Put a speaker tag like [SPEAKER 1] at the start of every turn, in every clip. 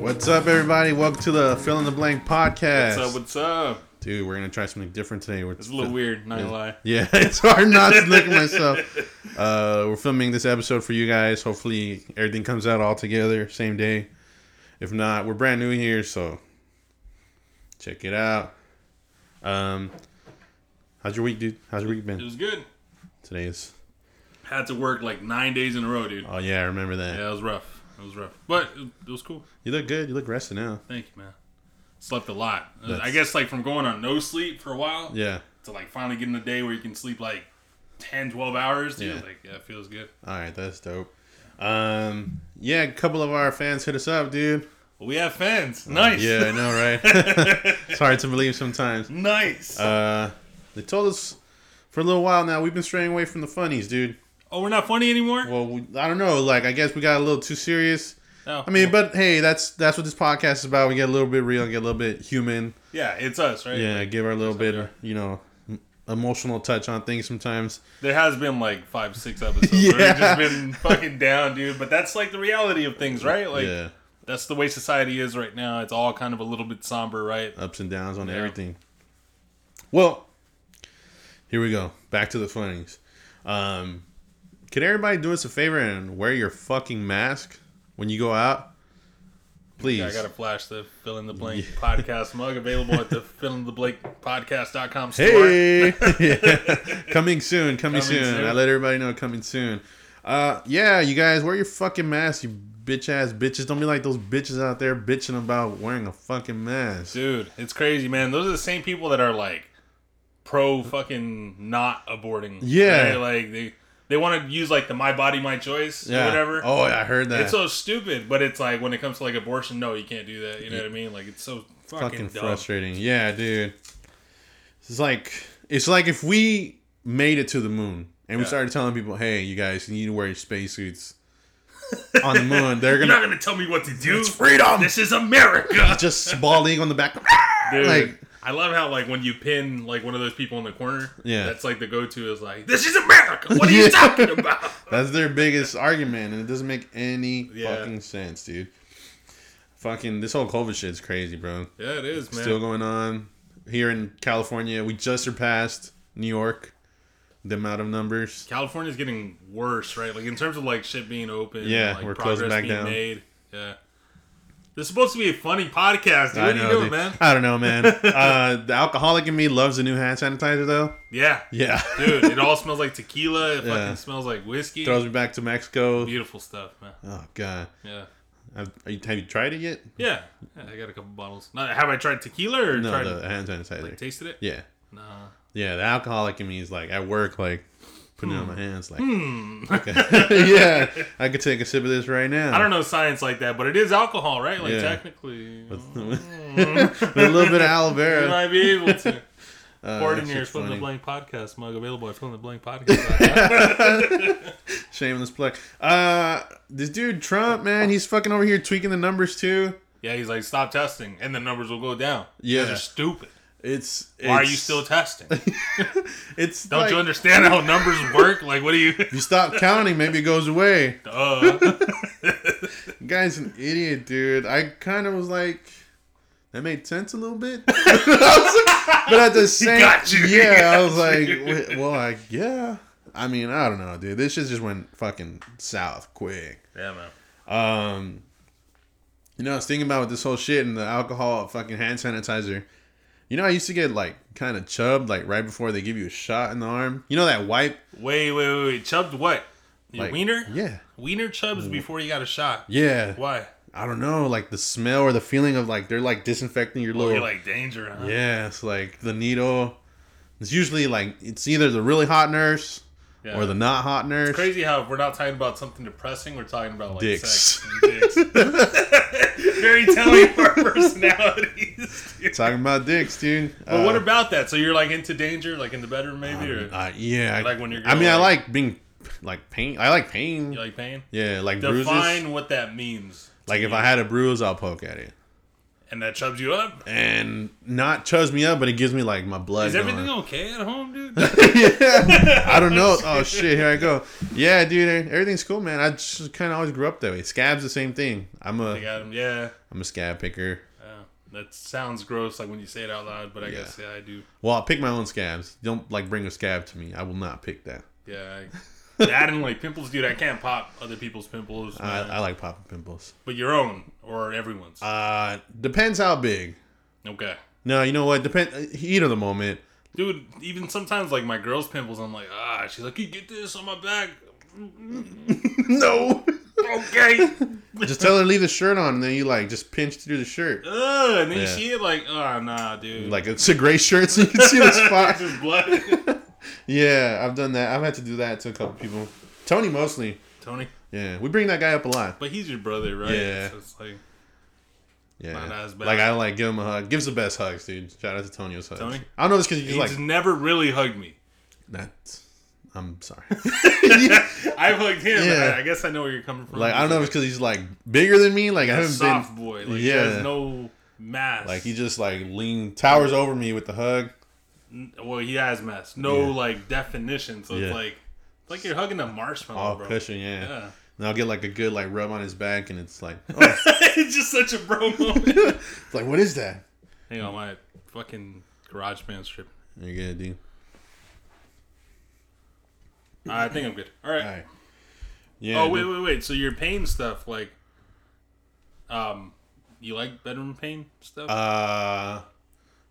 [SPEAKER 1] What's up, everybody? Welcome to the Fill in the Blank podcast.
[SPEAKER 2] What's up? What's up?
[SPEAKER 1] Dude, we're gonna try something different today. We're
[SPEAKER 2] It's a little weird, not gonna lie.
[SPEAKER 1] Yeah, it's hard not to look at myself. Uh, we're filming this episode for you guys. Hopefully, everything comes out all together same day. If not, we're brand new here, so check it out. Um, how's your week, dude? How's your week
[SPEAKER 2] It
[SPEAKER 1] been?
[SPEAKER 2] was good.
[SPEAKER 1] Today is.
[SPEAKER 2] Had to work like nine days in a row, dude.
[SPEAKER 1] Oh yeah, I remember that.
[SPEAKER 2] Yeah, it was rough. It was rough, but it, it was cool.
[SPEAKER 1] You look good. You look rested now.
[SPEAKER 2] Thank you, man. Slept a lot. Uh, I
[SPEAKER 1] That's-
[SPEAKER 2] guess like from going on no sleep for a while
[SPEAKER 1] Yeah.
[SPEAKER 2] to like finally getting a day where you can sleep like 10, 12 hours,
[SPEAKER 1] Yeah.
[SPEAKER 2] dude. Like, yeah, it feels good.
[SPEAKER 1] All right, that's dope. Um, yeah, a couple of our fans hit us up, dude.
[SPEAKER 2] Well, we have fans. Nice.
[SPEAKER 1] Uh, Yeah, I know, right? it's hard to believe sometimes.
[SPEAKER 2] Nice.
[SPEAKER 1] Uh, they told us for a little while now we've been straying away from the funnies, dude.
[SPEAKER 2] oh, we're not funny anymore.
[SPEAKER 1] Well, we, I don't know. Like, I guess we got a little too serious.
[SPEAKER 2] no.
[SPEAKER 1] I mean, but hey, that's that's what this podcast is about. We get a little bit real, get a little bit human.
[SPEAKER 2] yeah, it's us, right?
[SPEAKER 1] Yeah, give our little bit, you know, m- emotional touch on things sometimes.
[SPEAKER 2] There has been like five, six episodes where
[SPEAKER 1] Yeah.
[SPEAKER 2] we've just been fucking down, dude. But that's like the reality of things, right? Like
[SPEAKER 1] yeah,
[SPEAKER 2] that's the way society is right now. It's all kind of a little bit somber, right?
[SPEAKER 1] ups and downs on
[SPEAKER 2] Yeah.
[SPEAKER 1] everything. Well, here we go. Back to the funnies. Um, can everybody do us a favor and wear your fucking mask when you go out? Please.
[SPEAKER 2] Yeah, I gotta flash the fill in the blank podcast mug available at the fill in the blank podcast.com store.
[SPEAKER 1] Hey, coming soon, coming,
[SPEAKER 2] Coming
[SPEAKER 1] soon.
[SPEAKER 2] soon.
[SPEAKER 1] I let everybody know coming soon. Uh, yeah, you guys wear your fucking mask, you bitch ass bitches. Don't be like those bitches out there bitching about wearing a fucking mask.
[SPEAKER 2] Dude, it's crazy, man. Those are the same people that are like pro fucking not aborting.
[SPEAKER 1] Yeah.
[SPEAKER 2] right? Like they they want to use like the my body, my choice
[SPEAKER 1] Yeah.
[SPEAKER 2] or whatever.
[SPEAKER 1] Oh, I heard that.
[SPEAKER 2] It's so stupid, but it's like when it comes to like abortion, no, you can't do that. You know what I mean? Like it's so fucking,
[SPEAKER 1] fucking
[SPEAKER 2] dumb.
[SPEAKER 1] frustrating. Yeah, dude. It's like it's like if we made it to the moon and we
[SPEAKER 2] Yeah.
[SPEAKER 1] started telling people, "Hey, you guys, you need to wear your spacesuits on the moon." They're
[SPEAKER 2] You're not
[SPEAKER 1] gonna
[SPEAKER 2] gonna tell me what to do.
[SPEAKER 1] freedom.
[SPEAKER 2] This is America.
[SPEAKER 1] just bald eagle on the back.
[SPEAKER 2] Dude,
[SPEAKER 1] Like-
[SPEAKER 2] I love how like when you pin like one of those people in the corner,
[SPEAKER 1] Yeah.
[SPEAKER 2] that's like the go-to is like, "This is America. What are you
[SPEAKER 1] Yeah.
[SPEAKER 2] talking about?"
[SPEAKER 1] That's their biggest argument, and it doesn't make any
[SPEAKER 2] Yeah.
[SPEAKER 1] fucking sense, dude. Fucking this whole COVID shit's crazy, bro.
[SPEAKER 2] Yeah, it is, man.
[SPEAKER 1] Still going on here in California. We just surpassed New York, the amount of numbers.
[SPEAKER 2] California's getting worse, right? Like in terms of like shit being open,
[SPEAKER 1] Yeah,
[SPEAKER 2] like,
[SPEAKER 1] we're closing
[SPEAKER 2] progress
[SPEAKER 1] back down.
[SPEAKER 2] Made. Yeah, this is supposed to be a funny podcast. Dude. What
[SPEAKER 1] I
[SPEAKER 2] are
[SPEAKER 1] know,
[SPEAKER 2] you doing,
[SPEAKER 1] dude.
[SPEAKER 2] man?
[SPEAKER 1] I don't know, man. uh, the alcoholic in me loves the new hand sanitizer, though.
[SPEAKER 2] Yeah,
[SPEAKER 1] Yeah,
[SPEAKER 2] dude, it all smells like tequila. It
[SPEAKER 1] Yeah.
[SPEAKER 2] fucking smells like whiskey.
[SPEAKER 1] throws me back to Mexico.
[SPEAKER 2] Beautiful stuff, man.
[SPEAKER 1] Oh god,
[SPEAKER 2] Yeah.
[SPEAKER 1] have, are you, have you tried it yet?
[SPEAKER 2] Yeah, yeah, I got a couple bottles. Not, have I tried tequila or
[SPEAKER 1] No,
[SPEAKER 2] tried,
[SPEAKER 1] the hand sanitizer.
[SPEAKER 2] like, tasted it?
[SPEAKER 1] yeah,
[SPEAKER 2] Nah.
[SPEAKER 1] yeah. The alcoholic in me is like at work, like putting it on my hands, like.
[SPEAKER 2] Hmm.
[SPEAKER 1] yeah, I could take a sip of this right now.
[SPEAKER 2] I don't know science like that, but it is alcohol, right? Like
[SPEAKER 1] Yeah.
[SPEAKER 2] technically,
[SPEAKER 1] With a little bit of aloe
[SPEAKER 2] you
[SPEAKER 1] vera.
[SPEAKER 2] might be able to.
[SPEAKER 1] Uh,
[SPEAKER 2] Pour it
[SPEAKER 1] that
[SPEAKER 2] in your
[SPEAKER 1] shit's
[SPEAKER 2] fill in the
[SPEAKER 1] funny.
[SPEAKER 2] blank podcast mug available at fill in the blank podcast.
[SPEAKER 1] Shameless plug. Uh, this dude Trump, man, he's fucking over here tweaking the numbers too.
[SPEAKER 2] yeah, he's like, stop testing, and the numbers will go down. You guys
[SPEAKER 1] Yeah.
[SPEAKER 2] are stupid.
[SPEAKER 1] It's, it's
[SPEAKER 2] Why are you still testing?
[SPEAKER 1] it's
[SPEAKER 2] Don't
[SPEAKER 1] like,
[SPEAKER 2] you understand how numbers work? Like, what do you?
[SPEAKER 1] if you stop counting, maybe it goes away.
[SPEAKER 2] Uh,
[SPEAKER 1] Guy's an idiot, dude. I kind of was like, that made sense a little bit, but at the same,
[SPEAKER 2] got you. He
[SPEAKER 1] yeah, I
[SPEAKER 2] got
[SPEAKER 1] was like,
[SPEAKER 2] you.
[SPEAKER 1] "Wait, well, I yeah. I mean, I don't know, dude. This shit just went fucking south quick.
[SPEAKER 2] yeah, man.
[SPEAKER 1] Um, you know, I was thinking about this whole shit and the alcohol fucking hand sanitizer. You know, I used to get like kind of chubbed like right before they give you a shot in the arm. You know that wipe?
[SPEAKER 2] Wait, wait, wait, wait. Chubbed what? Your
[SPEAKER 1] Like,
[SPEAKER 2] wiener?
[SPEAKER 1] Yeah, Mm.
[SPEAKER 2] Wiener chubs before you got a shot.
[SPEAKER 1] yeah.
[SPEAKER 2] Why?
[SPEAKER 1] I don't know, like the smell or the feeling of like they're like disinfecting your
[SPEAKER 2] Well,
[SPEAKER 1] little.
[SPEAKER 2] Oh, you're like danger, huh?
[SPEAKER 1] Oh. yeah, it's like the needle. It's usually like it's either the really hot nurse
[SPEAKER 2] Yeah.
[SPEAKER 1] or the not hot nurse.
[SPEAKER 2] Crazy how if we're not talking about something depressing, we're talking about like
[SPEAKER 1] Dicks.
[SPEAKER 2] sex and dicks. Very telling for our personalities. dude.
[SPEAKER 1] Talking about dicks, dude.
[SPEAKER 2] But what
[SPEAKER 1] Uh,
[SPEAKER 2] about that? So you're like into danger, like in the bedroom maybe, or
[SPEAKER 1] uh, yeah,
[SPEAKER 2] Like when you're
[SPEAKER 1] I mean, I
[SPEAKER 2] like-
[SPEAKER 1] like being like pain. I like pain.
[SPEAKER 2] you like pain?
[SPEAKER 1] yeah, like bruises.
[SPEAKER 2] Define what that means.
[SPEAKER 1] Like if I had a bruise, I'll poke at it.
[SPEAKER 2] and that chubs you up.
[SPEAKER 1] and not chuzz me up, but it gives me like my blood.
[SPEAKER 2] Is everything
[SPEAKER 1] going.
[SPEAKER 2] okay at home, dude?
[SPEAKER 1] yeah. I don't know. Oh shit, here I go. Yeah, dude, e- everything's cool, man. I just kind of always grew up that way. Scab's the same thing. I'm
[SPEAKER 2] I
[SPEAKER 1] a
[SPEAKER 2] got him. Yeah.
[SPEAKER 1] I'm a scab picker.
[SPEAKER 2] yeah. That sounds gross, like when you say it out loud, but I guess yeah, I do.
[SPEAKER 1] Well, I'll pick my own scabs. Don't like bring a scab to me. I will not pick that.
[SPEAKER 2] Yeah. I, that and like pimples, dude. I can't pop other people's pimples,
[SPEAKER 1] I,
[SPEAKER 2] man.
[SPEAKER 1] I like popping pimples.
[SPEAKER 2] but your own or everyone's.
[SPEAKER 1] Uh, depends how big.
[SPEAKER 2] okay.
[SPEAKER 1] No, you know what? Depend heat of the moment.
[SPEAKER 2] Dude, even sometimes like my girl's pimples, I'm like, ah, she's like, you get this on my back.
[SPEAKER 1] no.
[SPEAKER 2] Okay.
[SPEAKER 1] just tell her to leave the shirt on, and then you like just pinch through the shirt.
[SPEAKER 2] Ugh, and then you
[SPEAKER 1] Yeah.
[SPEAKER 2] see it like, oh, nah, dude.
[SPEAKER 1] Like "Ah." it's a gray shirt, so you can see the
[SPEAKER 2] It's
[SPEAKER 1] spot.
[SPEAKER 2] just blood.
[SPEAKER 1] Yeah, I've done that. I've had to do that to a couple people. Tony mostly.
[SPEAKER 2] Tony.
[SPEAKER 1] Yeah, we bring that guy up a lot.
[SPEAKER 2] But he's your brother, right?
[SPEAKER 1] Yeah.
[SPEAKER 2] So it's like, Not
[SPEAKER 1] Yeah,
[SPEAKER 2] as bad.
[SPEAKER 1] like I like give him a hug. Gives the best hugs, dude. Shout out to Tonio's hugs.
[SPEAKER 2] Tony?
[SPEAKER 1] I don't know this because he's
[SPEAKER 2] he's
[SPEAKER 1] like
[SPEAKER 2] never really hugged me.
[SPEAKER 1] that's. I'm sorry.
[SPEAKER 2] I've hugged him.
[SPEAKER 1] Yeah.
[SPEAKER 2] I, I guess I know where you're coming from.
[SPEAKER 1] like I don't know if
[SPEAKER 2] He's
[SPEAKER 1] it's because he's like bigger than me. Like I
[SPEAKER 2] a
[SPEAKER 1] haven't
[SPEAKER 2] soft
[SPEAKER 1] been.
[SPEAKER 2] boy. Like,
[SPEAKER 1] Yeah.
[SPEAKER 2] He has no mass.
[SPEAKER 1] Like he just like lean towers over me with the hug.
[SPEAKER 2] well, he has mass. No
[SPEAKER 1] Yeah.
[SPEAKER 2] like definition. So
[SPEAKER 1] Yeah.
[SPEAKER 2] it's like, it's like you're hugging a marshmallow,
[SPEAKER 1] All
[SPEAKER 2] Oh, bro.
[SPEAKER 1] cushion, yeah.
[SPEAKER 2] Yeah.
[SPEAKER 1] And I'll get like a good like rub on his back, and it's like, oh,
[SPEAKER 2] it's just such a bro moment.
[SPEAKER 1] it's like what is that?
[SPEAKER 2] Hang
[SPEAKER 1] Mm-hmm.
[SPEAKER 2] on, my fucking garage band strip.
[SPEAKER 1] You're good, dude.
[SPEAKER 2] I think I'm good. All right.
[SPEAKER 1] All right. Yeah.
[SPEAKER 2] Oh wait,
[SPEAKER 1] dude.
[SPEAKER 2] wait, wait. So your pain stuff, like, um, you like bedroom pain stuff?
[SPEAKER 1] Uh,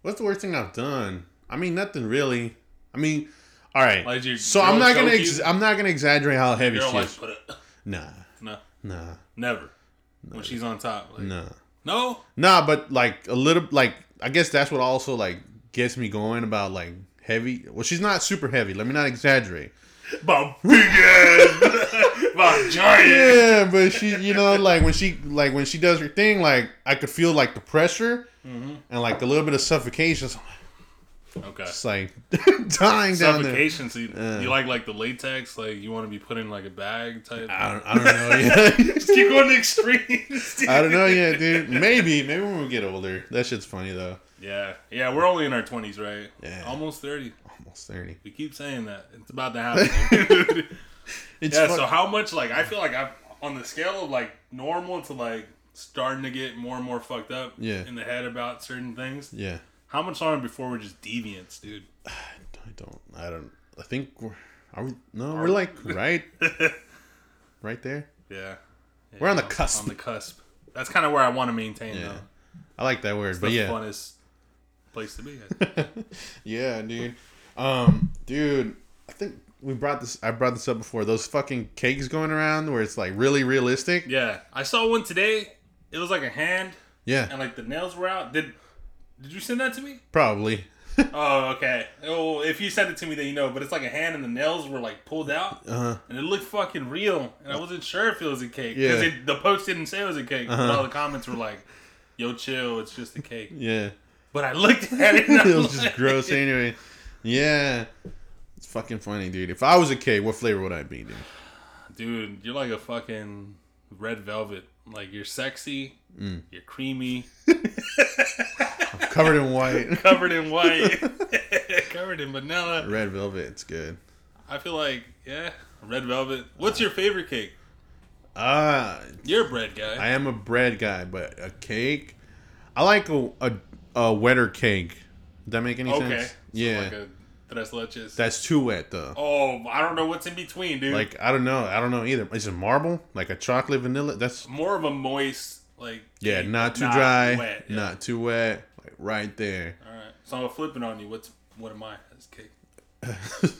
[SPEAKER 1] what's the worst thing I've done? I mean, nothing really. I mean, all right.
[SPEAKER 2] Like, did your
[SPEAKER 1] so
[SPEAKER 2] girl
[SPEAKER 1] I'm not gonna
[SPEAKER 2] choke
[SPEAKER 1] ex-
[SPEAKER 2] you?
[SPEAKER 1] I'm not gonna exaggerate how heavy
[SPEAKER 2] Girl,
[SPEAKER 1] she
[SPEAKER 2] like,
[SPEAKER 1] is.
[SPEAKER 2] put it.
[SPEAKER 1] Nah,
[SPEAKER 2] No,
[SPEAKER 1] nah,
[SPEAKER 2] never. When she's on top, like,
[SPEAKER 1] nah,
[SPEAKER 2] no.
[SPEAKER 1] nah. But like a little, like I guess that's what also like gets me going about like heavy. Well, she's not super heavy. Let me not exaggerate.
[SPEAKER 2] My big ass, my giant.
[SPEAKER 1] Yeah, but she, you know, like when she, like when she does her thing, like I could feel like the pressure
[SPEAKER 2] Mm-hmm.
[SPEAKER 1] and like the little bit of suffocation. So I'm
[SPEAKER 2] Okay.
[SPEAKER 1] just like dying down there.
[SPEAKER 2] Suffocation. So you, you like like the latex? Like you want to be put in like a bag type?
[SPEAKER 1] I don't, I don't know. Yeah.
[SPEAKER 2] Just keep going to extremes. dude.
[SPEAKER 1] I don't know yet, dude. Maybe, maybe when we get older. That shit's funny though.
[SPEAKER 2] Yeah, yeah. We're only in our twenties, right?
[SPEAKER 1] Yeah.
[SPEAKER 2] Almost thirty.
[SPEAKER 1] Almost thirty.
[SPEAKER 2] We keep saying that. It's about to happen.
[SPEAKER 1] It's
[SPEAKER 2] Yeah,
[SPEAKER 1] fun-
[SPEAKER 2] so how much like I feel like I'm on the scale of like normal to like starting to get more and more fucked up
[SPEAKER 1] Yeah.
[SPEAKER 2] in the head about certain things.
[SPEAKER 1] yeah.
[SPEAKER 2] How much longer before we're just deviants, dude?
[SPEAKER 1] I don't. I don't. I think we're. Are we? No, we're like right, right there.
[SPEAKER 2] Yeah. Yeah,
[SPEAKER 1] We're on the cusp.
[SPEAKER 2] On the cusp. That's kind of where I want to maintain
[SPEAKER 1] Yeah.
[SPEAKER 2] though.
[SPEAKER 1] I like that word,
[SPEAKER 2] The
[SPEAKER 1] but yeah,
[SPEAKER 2] funnest place to be. I think.
[SPEAKER 1] yeah, dude. Um, dude, I think we brought this. I brought this up before. Those fucking cakes going around where it's like really realistic.
[SPEAKER 2] yeah. I saw one today. It was like a hand
[SPEAKER 1] Yeah,
[SPEAKER 2] and like the nails were out. Did did you send that to me?
[SPEAKER 1] probably.
[SPEAKER 2] Oh, okay. Oh, if you sent it to me, then you know. But it's like a hand, and the nails were like pulled out,
[SPEAKER 1] Uh-huh.
[SPEAKER 2] and it looked fucking real. And I wasn't sure if it was a cake
[SPEAKER 1] Yeah. Uh-huh.
[SPEAKER 2] because the post didn't say it was a cake, but all the comments were like, "Yo, chill, it's just a cake."
[SPEAKER 1] Yeah.
[SPEAKER 2] But I looked at it, and
[SPEAKER 1] it
[SPEAKER 2] I'm
[SPEAKER 1] was just
[SPEAKER 2] like-
[SPEAKER 1] gross anyway. Yeah. It's fucking funny, dude. If I was a kid, what flavor would I be, dude?
[SPEAKER 2] Dude, you're like a fucking red velvet. Like you're sexy,
[SPEAKER 1] Mm.
[SPEAKER 2] you're creamy,
[SPEAKER 1] Covered in white.
[SPEAKER 2] covered in white, covered in vanilla.
[SPEAKER 1] Red velvet, it's good.
[SPEAKER 2] I feel like, yeah, red velvet. What's your favorite cake?
[SPEAKER 1] Ah,
[SPEAKER 2] You're a bread guy.
[SPEAKER 1] I am a bread guy, but a cake. I like a a, a wetter cake. Does that make any
[SPEAKER 2] Okay.
[SPEAKER 1] sense?
[SPEAKER 2] So
[SPEAKER 1] Yeah.
[SPEAKER 2] Like a tres leches.
[SPEAKER 1] That's too wet though.
[SPEAKER 2] oh, I don't know what's in between, dude.
[SPEAKER 1] Like I don't know. I don't know either. Is it marble? Like a chocolate vanilla? That's
[SPEAKER 2] more of a moist, like
[SPEAKER 1] yeah,
[SPEAKER 2] cake,
[SPEAKER 1] not
[SPEAKER 2] but
[SPEAKER 1] too dry,
[SPEAKER 2] wet, yeah.
[SPEAKER 1] not too wet. Like right there.
[SPEAKER 2] All right. So I'm flipping on you. What's what am I? That's cake.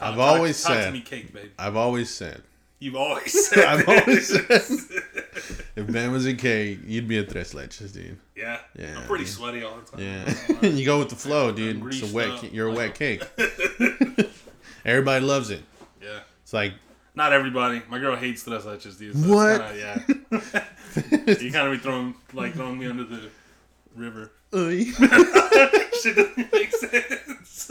[SPEAKER 1] I've always
[SPEAKER 2] talk
[SPEAKER 1] said-
[SPEAKER 2] to me cake, babe.
[SPEAKER 1] I've always said.
[SPEAKER 2] You've always said.
[SPEAKER 1] I've always
[SPEAKER 2] this.
[SPEAKER 1] If Ben was a cake, you'd be a tres leches, dude.
[SPEAKER 2] yeah.
[SPEAKER 1] Yeah,
[SPEAKER 2] I'm pretty
[SPEAKER 1] dude.
[SPEAKER 2] sweaty all the time.
[SPEAKER 1] Yeah, you go with the flow, dude.
[SPEAKER 2] I'm
[SPEAKER 1] It's a
[SPEAKER 2] greased
[SPEAKER 1] wet.
[SPEAKER 2] up.
[SPEAKER 1] ca- You're a wet cake. Everybody loves it.
[SPEAKER 2] Yeah.
[SPEAKER 1] It's like
[SPEAKER 2] Not everybody. My girl hates tres leches, dude. so it's
[SPEAKER 1] What?
[SPEAKER 2] Kinda, yeah. you kind of be throwing like throwing me under the river. Shit doesn't make sense.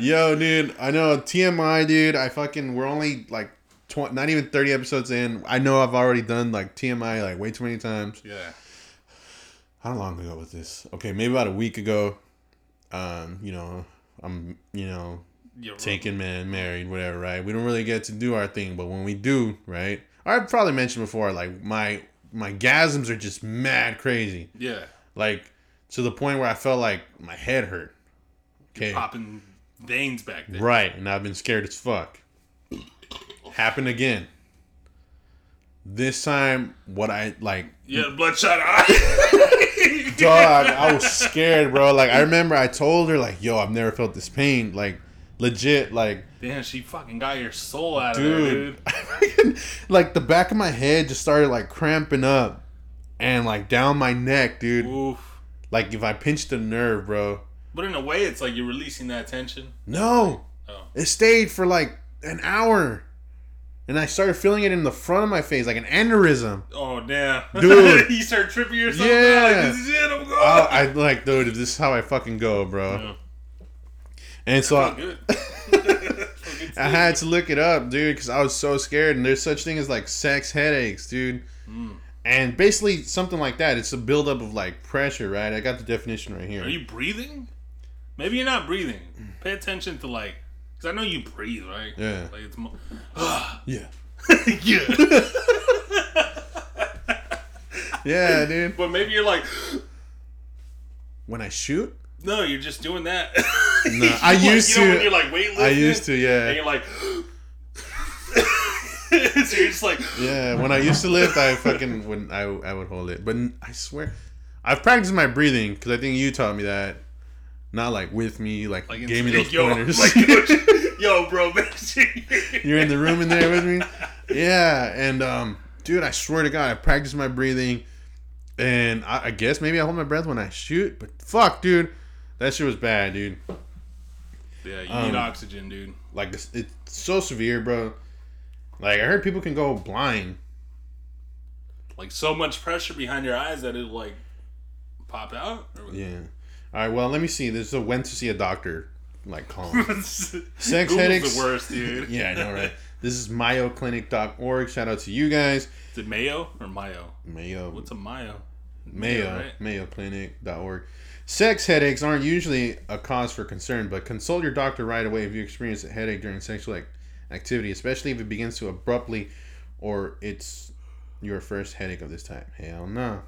[SPEAKER 1] Yo, dude, I know TMI, dude. I fucking we're only like tw- not even thirty episodes in. I know I've already done like TMI like way too many times.
[SPEAKER 2] yeah.
[SPEAKER 1] how long ago was this? Okay, maybe about a week ago. Um, you know, I'm you know
[SPEAKER 2] You're
[SPEAKER 1] taken man, married, whatever, right? We don't really get to do our thing, but when we do, right? I probably mentioned before, like my my gasms are just mad crazy,
[SPEAKER 2] Yeah.
[SPEAKER 1] like to the point where I felt like my head hurt. Okay,
[SPEAKER 2] Popping veins back there.
[SPEAKER 1] right, and I've been scared as fuck. Happened again. This time, what I like
[SPEAKER 2] Yeah, bloodshot eye.
[SPEAKER 1] dog, I was scared, bro. Like I remember, I told her, like, "Yo, I've never felt this pain, like, legit, like,
[SPEAKER 2] Damn, she fucking got your soul out of there,
[SPEAKER 1] dude,
[SPEAKER 2] dude.
[SPEAKER 1] like the back of my head just started like cramping up, and like down my neck, dude.
[SPEAKER 2] Oof.
[SPEAKER 1] Like if I pinched a nerve, bro.
[SPEAKER 2] But in a way, it's like you're releasing that tension.
[SPEAKER 1] No,
[SPEAKER 2] Oh.
[SPEAKER 1] it stayed for like an hour, and I started feeling it in the front of my face, like an aneurysm.
[SPEAKER 2] Oh, damn.
[SPEAKER 1] Dude.
[SPEAKER 2] you start tripping yourself
[SPEAKER 1] Yeah.
[SPEAKER 2] out. Like, this is it, I'm going.
[SPEAKER 1] Oh, I like, dude, this is how I fucking go, bro.
[SPEAKER 2] Yeah.
[SPEAKER 1] And so I,
[SPEAKER 2] Good. Fucking
[SPEAKER 1] uh, I had to look it up, dude, because I was so scared. And there's such thing as like sex headaches, dude.
[SPEAKER 2] Mm.
[SPEAKER 1] And basically something like that. It's a buildup of like pressure, right? I got the definition right here.
[SPEAKER 2] Are you breathing? Maybe you're not breathing. Pay attention to like, because I know you breathe, right?
[SPEAKER 1] Yeah.
[SPEAKER 2] Like it's. Mo-
[SPEAKER 1] yeah.
[SPEAKER 2] yeah.
[SPEAKER 1] Yeah, dude.
[SPEAKER 2] But maybe you're like,
[SPEAKER 1] When I shoot,
[SPEAKER 2] no, you're just doing that.
[SPEAKER 1] No, Uh, I
[SPEAKER 2] You know,
[SPEAKER 1] used
[SPEAKER 2] you know
[SPEAKER 1] to-
[SPEAKER 2] When you're like weightlifting,
[SPEAKER 1] I used to,
[SPEAKER 2] And
[SPEAKER 1] yeah,
[SPEAKER 2] you're like, so you're just like,
[SPEAKER 1] yeah. When I used to lift, I fucking when I I would hold it. But n- I swear, I've practiced my breathing because I think you taught me that. Not like with me, like,
[SPEAKER 2] like
[SPEAKER 1] gave me
[SPEAKER 2] it's-
[SPEAKER 1] those
[SPEAKER 2] yo,
[SPEAKER 1] pointers.
[SPEAKER 2] like, yo, yo, bro, man.
[SPEAKER 1] You're in the room in there with me. Yeah, and um, dude, I swear to God, I practice my breathing, and I, I guess maybe I hold my breath when I shoot. But fuck, dude, that shit was bad, dude.
[SPEAKER 2] yeah, you
[SPEAKER 1] Um,
[SPEAKER 2] need oxygen, dude.
[SPEAKER 1] Like it's, it's so severe, bro. Like I heard people can go blind.
[SPEAKER 2] Like so much pressure behind your eyes that it'll like pop out. Or
[SPEAKER 1] Yeah. All right. Well, let me see. There's a when to see a doctor. Like calm.
[SPEAKER 2] Sex
[SPEAKER 1] Sex headaches.
[SPEAKER 2] the worst, dude.
[SPEAKER 1] yeah, I know, right? This is MayoClinic.org. Shout out to you guys.
[SPEAKER 2] Is it Mayo or Mayo?
[SPEAKER 1] Mayo.
[SPEAKER 2] What's a Mayo?
[SPEAKER 1] Mayo,
[SPEAKER 2] right?
[SPEAKER 1] mayoclinic.org. Sex headaches aren't usually a cause for concern, but consult your doctor right away if you experience a headache during sexual ac- activity, especially if it begins to abruptly or it's your first headache of this type. Hell no.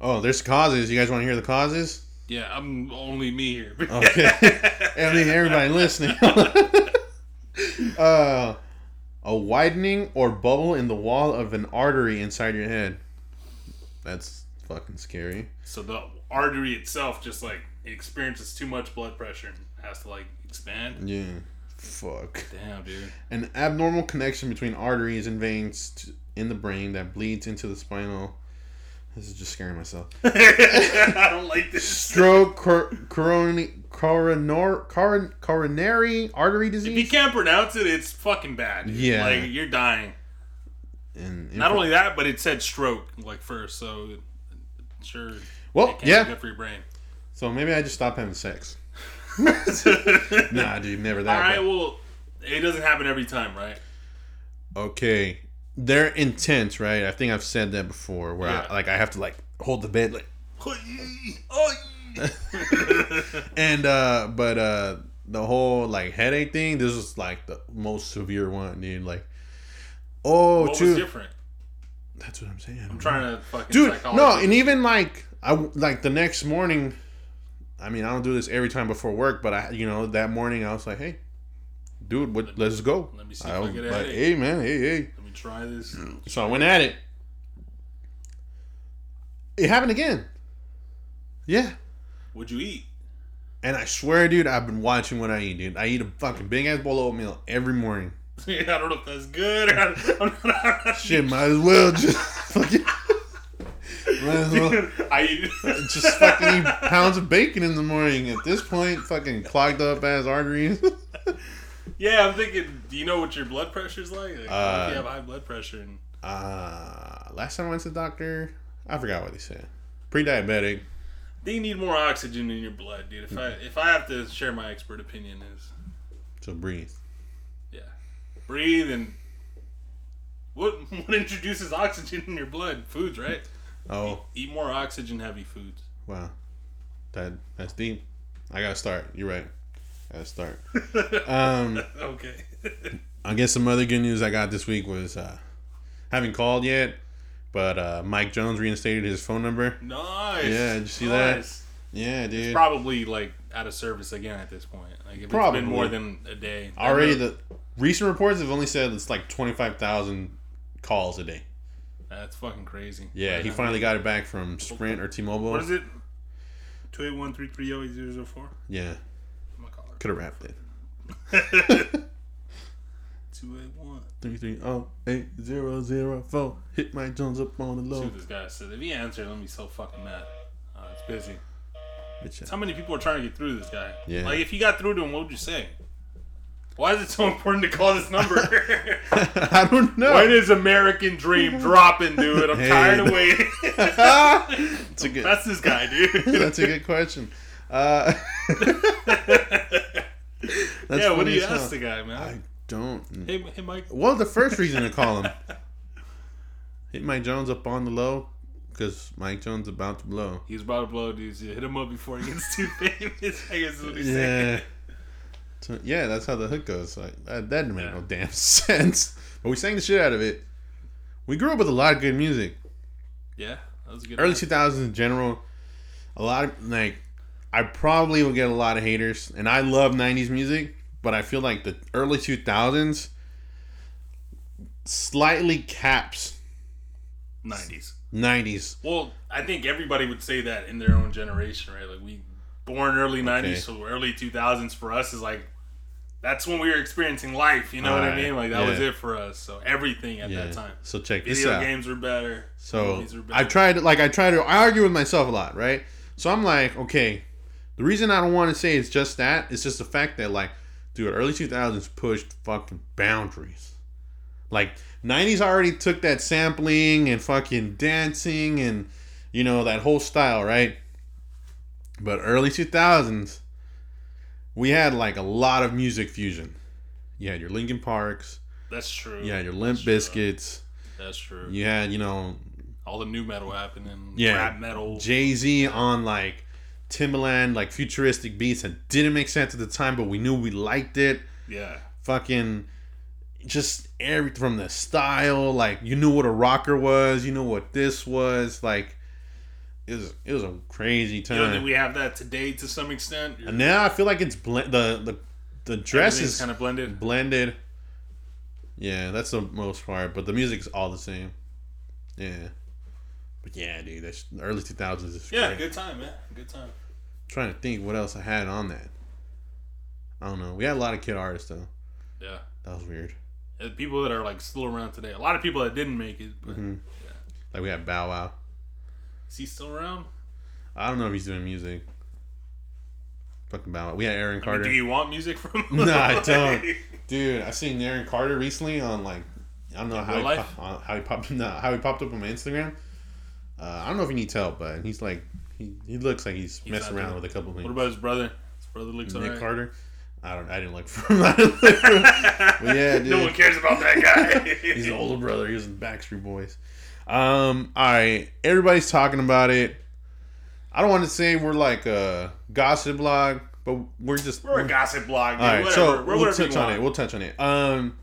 [SPEAKER 1] Oh, there's causes. You guys want to hear the causes?
[SPEAKER 2] Yeah, I'm only me here.
[SPEAKER 1] Okay. I mean, everybody listening. uh, a widening or bubble in the wall of an artery inside your head. That's fucking scary.
[SPEAKER 2] so the artery itself just like experiences too much blood pressure and has to like expand.
[SPEAKER 1] Yeah. Fuck.
[SPEAKER 2] Damn, dude.
[SPEAKER 1] An abnormal connection between arteries and veins t in the brain that bleeds into the spinal. This is just scaring myself.
[SPEAKER 2] I don't like this.
[SPEAKER 1] Stroke, cor- coronary, coronar, coron- coronary artery
[SPEAKER 2] If you
[SPEAKER 1] disease,
[SPEAKER 2] can't pronounce it, it's fucking bad. dude.
[SPEAKER 1] Yeah.
[SPEAKER 2] Like you're dying.
[SPEAKER 1] and
[SPEAKER 2] Not only that, but it said stroke like first, so it- sure. it
[SPEAKER 1] well,
[SPEAKER 2] can't Be
[SPEAKER 1] yeah.
[SPEAKER 2] good for your brain.
[SPEAKER 1] So maybe I just stop having sex.
[SPEAKER 2] All
[SPEAKER 1] Nah, dude, never that.
[SPEAKER 2] right. Well, it doesn't happen every time, right?
[SPEAKER 1] okay they're intense right i think i've said that before where
[SPEAKER 2] Yeah.
[SPEAKER 1] I, like i have to like hold the bed like
[SPEAKER 2] Oh.
[SPEAKER 1] and uh but uh the whole like headache thing this is like the most severe one dude like oh
[SPEAKER 2] what was
[SPEAKER 1] dude
[SPEAKER 2] different?
[SPEAKER 1] that's what i'm saying
[SPEAKER 2] I'm trying to fucking
[SPEAKER 1] dude no
[SPEAKER 2] psychology.
[SPEAKER 1] and even like i like the next morning i mean i don't do this every time before work but i you know that morning i was like hey dude what let's go
[SPEAKER 2] Let me see if
[SPEAKER 1] I
[SPEAKER 2] I,
[SPEAKER 1] was
[SPEAKER 2] get a
[SPEAKER 1] like,
[SPEAKER 2] headache.
[SPEAKER 1] hey man hey hey
[SPEAKER 2] Let me try this.
[SPEAKER 1] So I went at it. It happened again. Yeah.
[SPEAKER 2] What'd you eat?
[SPEAKER 1] And I swear, dude, I've been watching what I eat, dude. I eat a fucking big ass bowl of oatmeal every morning.
[SPEAKER 2] I don't know if that's good. Or I'm not, I'm not,
[SPEAKER 1] Shit, might as well just fucking. might as well
[SPEAKER 2] Dude, I eat.
[SPEAKER 1] just fucking eat pounds of bacon in the morning at this point. Fucking clogged up ass arteries.
[SPEAKER 2] Yeah, I'm thinking. Do you know what your blood pressure's like? Like, what if
[SPEAKER 1] Uh,
[SPEAKER 2] you have high blood pressure, and
[SPEAKER 1] Uh, last time I went to the doctor, I forgot what he said. Pre diabetic.
[SPEAKER 2] they need more oxygen in your blood, dude. If I if I have to share my expert opinion, is
[SPEAKER 1] So breathe.
[SPEAKER 2] yeah, breathe and what what introduces oxygen in your blood? Foods, right?
[SPEAKER 1] Oh
[SPEAKER 2] Eat more oxygen-heavy foods.
[SPEAKER 1] wow, that that's deep. I gotta start. You're right. I gotta start. Um,
[SPEAKER 2] Okay.
[SPEAKER 1] I guess some other good news I got this week was uh, haven't called yet, but uh, Mike Jones reinstated his phone number.
[SPEAKER 2] nice.
[SPEAKER 1] Yeah, did you see that?
[SPEAKER 2] nice.
[SPEAKER 1] Yeah, dude.
[SPEAKER 2] Probably like out of service again at this point. Like if
[SPEAKER 1] Probably.
[SPEAKER 2] it's been more than a day.
[SPEAKER 1] Already the recent reports have only said it's like twenty five thousand calls a day.
[SPEAKER 2] That's fucking crazy.
[SPEAKER 1] Yeah, he finally got it back from Sprint or T-Mobile.
[SPEAKER 2] What is it? Two eight one three three zero eight zero zero four.
[SPEAKER 1] Yeah,
[SPEAKER 2] I'm gonna call her.
[SPEAKER 1] could have wrapped it.
[SPEAKER 2] Two eight one.
[SPEAKER 1] Three three oh eight zero zero four. Hit Mike Jones up on the
[SPEAKER 2] See
[SPEAKER 1] low.
[SPEAKER 2] what this guy says. If he answers, I'm gonna be so fucking mad. Uh, it's busy.
[SPEAKER 1] Bitch,
[SPEAKER 2] How many people are trying to get through to this guy?
[SPEAKER 1] Yeah.
[SPEAKER 2] Like if you got through to him, what would you say? Why is it so important to call this number?
[SPEAKER 1] I don't know.
[SPEAKER 2] When is American Dream dropping, dude? I'm
[SPEAKER 1] Hey.
[SPEAKER 2] tired of waiting.
[SPEAKER 1] That's a good.
[SPEAKER 2] That's this guy, dude.
[SPEAKER 1] That's a good question. Uh, that's
[SPEAKER 2] yeah, what do
[SPEAKER 1] funny
[SPEAKER 2] you
[SPEAKER 1] as hell.
[SPEAKER 2] ask the guy, man?
[SPEAKER 1] I don't.
[SPEAKER 2] hey, hey, Mike.
[SPEAKER 1] Well, the first reason to call him. Hit Mike Jones up on the low, because Mike Jones about to blow.
[SPEAKER 2] He's about to blow, dude. So hit him up before he gets too famous. I guess is what he's saying.
[SPEAKER 1] Yeah. So, yeah, that's how the hook goes. Like that, that didn't make no damn sense. But we sang the shit out of it. We grew up with a lot of good music.
[SPEAKER 2] Yeah, that was a good.
[SPEAKER 1] Early
[SPEAKER 2] one.
[SPEAKER 1] two thousands in general, a lot of like I probably will get a lot of haters, and I love nineties music, but I feel like the early two thousands slightly caps
[SPEAKER 2] 90s.
[SPEAKER 1] nineties.
[SPEAKER 2] Well, I think everybody would say that in their own generation, right? Like we born early 90s,
[SPEAKER 1] Okay.
[SPEAKER 2] so early 2000s for us is like that's when we were experiencing life, you know what I
[SPEAKER 1] Alright,
[SPEAKER 2] mean? Like that was
[SPEAKER 1] yeah.
[SPEAKER 2] it for us. So everything at that time.
[SPEAKER 1] So check this
[SPEAKER 2] Video
[SPEAKER 1] out.
[SPEAKER 2] games were better.
[SPEAKER 1] So
[SPEAKER 2] movies were better.
[SPEAKER 1] I tried, like, I try to I argue with myself a lot, right? So I'm like, okay, the reason I don't want to say it's just that, it's just the fact that, like, dude, early 2000s pushed fucking boundaries. Like, 90s already took that sampling and fucking dancing and, you know, that whole style, right? But early 2000s, we had, like, a lot of music fusion. You had your Linkin Parks,
[SPEAKER 2] That's true.
[SPEAKER 1] you had your Limp
[SPEAKER 2] That's true.
[SPEAKER 1] Biscuits,
[SPEAKER 2] That's true.
[SPEAKER 1] you had, you know,
[SPEAKER 2] All the new metal happening.
[SPEAKER 1] Yeah.
[SPEAKER 2] Rap metal.
[SPEAKER 1] Jay Z on like Timbaland, like futuristic beats that didn't make sense at the time, but we knew we liked it.
[SPEAKER 2] yeah.
[SPEAKER 1] Fucking just every from the style, like you knew what a rocker was, you know what this was, like it was it was a crazy
[SPEAKER 2] You know, that
[SPEAKER 1] time.
[SPEAKER 2] we have that today to some extent.
[SPEAKER 1] uh, and now I feel like it's ble- the the the dress is
[SPEAKER 2] kind of blended.
[SPEAKER 1] blended. Yeah, that's the most part, but the music's all the same. Yeah. But yeah, dude, that's early 2000s is
[SPEAKER 2] Yeah,
[SPEAKER 1] great.
[SPEAKER 2] good time, man. Good time.
[SPEAKER 1] trying to think what else I had on that. I don't know. We had a lot of kid artists though.
[SPEAKER 2] Yeah.
[SPEAKER 1] That was weird.
[SPEAKER 2] Uh, People that are like still around today. A lot of people that didn't make it. But
[SPEAKER 1] Mhm. Like we had Bow Wow.
[SPEAKER 2] Is he still around?
[SPEAKER 1] I don't know if he's doing music. Fucking Bow Wow. We had Aaron
[SPEAKER 2] I mean,
[SPEAKER 1] Carter.
[SPEAKER 2] do you want music from? him?
[SPEAKER 1] No, I don't. Dude, I seen Aaron Carter recently on like I don't know how he,
[SPEAKER 2] real life?
[SPEAKER 1] po- on- how he popped no, how he popped up on my Instagram. Uh, I don't know if he needs help, but he's like he, he looks like he's,
[SPEAKER 2] He's
[SPEAKER 1] messing
[SPEAKER 2] not
[SPEAKER 1] around
[SPEAKER 2] doing-
[SPEAKER 1] with a couple things.
[SPEAKER 2] What about his brother? His brother looks
[SPEAKER 1] Nick
[SPEAKER 2] alright.
[SPEAKER 1] Carter? I don't. I didn't look for him. I didn't look for him. Well, yeah, dude.
[SPEAKER 2] no one cares about that guy.
[SPEAKER 1] He's the older brother. He was in Backstreet Boys. Um, all right, everybody's talking about it. I don't want to say we're like a gossip blog, but we're just
[SPEAKER 2] We're a gossip blog. Dude.
[SPEAKER 1] all right.
[SPEAKER 2] whatever.
[SPEAKER 1] So
[SPEAKER 2] We're
[SPEAKER 1] we'll
[SPEAKER 2] whatever you
[SPEAKER 1] touch on it.
[SPEAKER 2] want.
[SPEAKER 1] We'll touch on it. Um,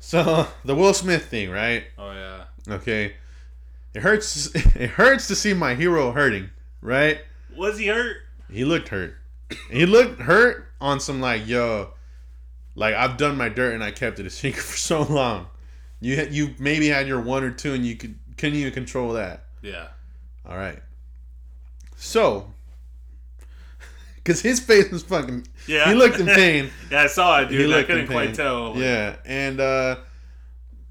[SPEAKER 1] so the Will Smith thing, right?
[SPEAKER 2] Oh yeah.
[SPEAKER 1] Okay, it hurts. It hurts to see my hero hurting, right?
[SPEAKER 2] Was he hurt?
[SPEAKER 1] He looked hurt. He looked hurt on some like yo, like I've done my dirt and I kept it a secret for so long. You had- you maybe had your one or two and you could couldn't even control that.
[SPEAKER 2] Yeah.
[SPEAKER 1] All right. So, because his face was fucking,
[SPEAKER 2] Yeah.
[SPEAKER 1] he looked in pain.
[SPEAKER 2] yeah, I saw it,
[SPEAKER 1] He
[SPEAKER 2] dude. I
[SPEAKER 1] looked
[SPEAKER 2] couldn't
[SPEAKER 1] in
[SPEAKER 2] quite
[SPEAKER 1] pain.
[SPEAKER 2] tell. Like,
[SPEAKER 1] yeah, and uh,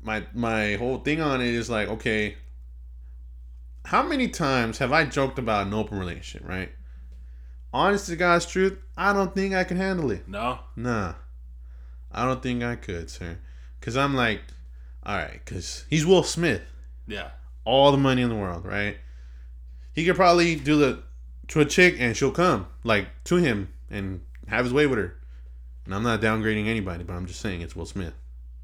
[SPEAKER 1] my my whole thing on it is like, okay, how many times have I joked about an open relationship, right? Honest to God's truth, I don't think I can handle it.
[SPEAKER 2] No.
[SPEAKER 1] Nah, I don't think I could, sir. Cause I'm like, all right, cause he's Will Smith,
[SPEAKER 2] Yeah.
[SPEAKER 1] all the money in the world, right? He could probably do the to a chick and she'll come like to him and have his way with her. And I'm not downgrading anybody, but I'm just saying it's Will Smith.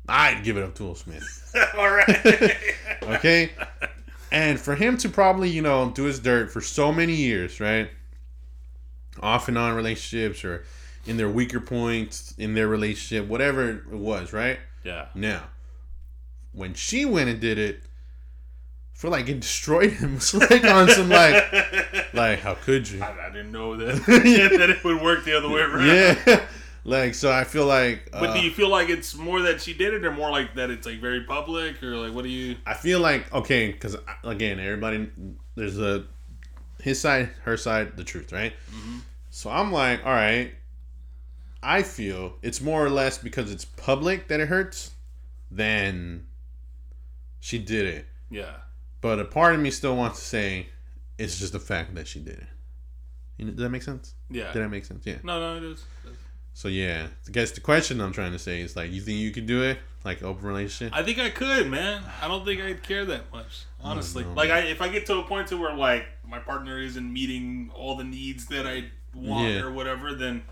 [SPEAKER 1] I'd give it up to Will Smith.
[SPEAKER 2] All right.
[SPEAKER 1] Okay? And for him to probably, you know, do his dirt for so many years, right? Off and on relationships or in their weaker points in their relationship, whatever it was, right?
[SPEAKER 2] Yeah.
[SPEAKER 1] Now, when she went and did it, I feel like it destroyed him. It's like on some like, like how could you?
[SPEAKER 2] I, I didn't know that that it would work the other way around.
[SPEAKER 1] Yeah, like so. I feel like,
[SPEAKER 2] But
[SPEAKER 1] uh,
[SPEAKER 2] do you feel like it's more that she did it, or more like that it's like very public, or like what do you?
[SPEAKER 1] I feel like okay, because again, everybody there's a his side, her side, the truth, right?
[SPEAKER 2] Mm-hmm.
[SPEAKER 1] So I'm like, all right. I feel it's more or less because it's public that it hurts, than she did it.
[SPEAKER 2] Yeah.
[SPEAKER 1] But a part of me still wants to say it's just the fact that she did it. You know, does that make sense?
[SPEAKER 2] Yeah.
[SPEAKER 1] Did that make sense? Yeah.
[SPEAKER 2] Uh, No, no, it is.
[SPEAKER 1] So yeah, I guess the question I'm trying to say is like, you think you could do it, like open relationship?
[SPEAKER 2] I think I could, man. I don't think I'd care that much, honestly.
[SPEAKER 1] no.
[SPEAKER 2] Like, I if I get to a point to where like my partner isn't meeting all the needs that I want
[SPEAKER 1] Yeah.
[SPEAKER 2] or whatever, then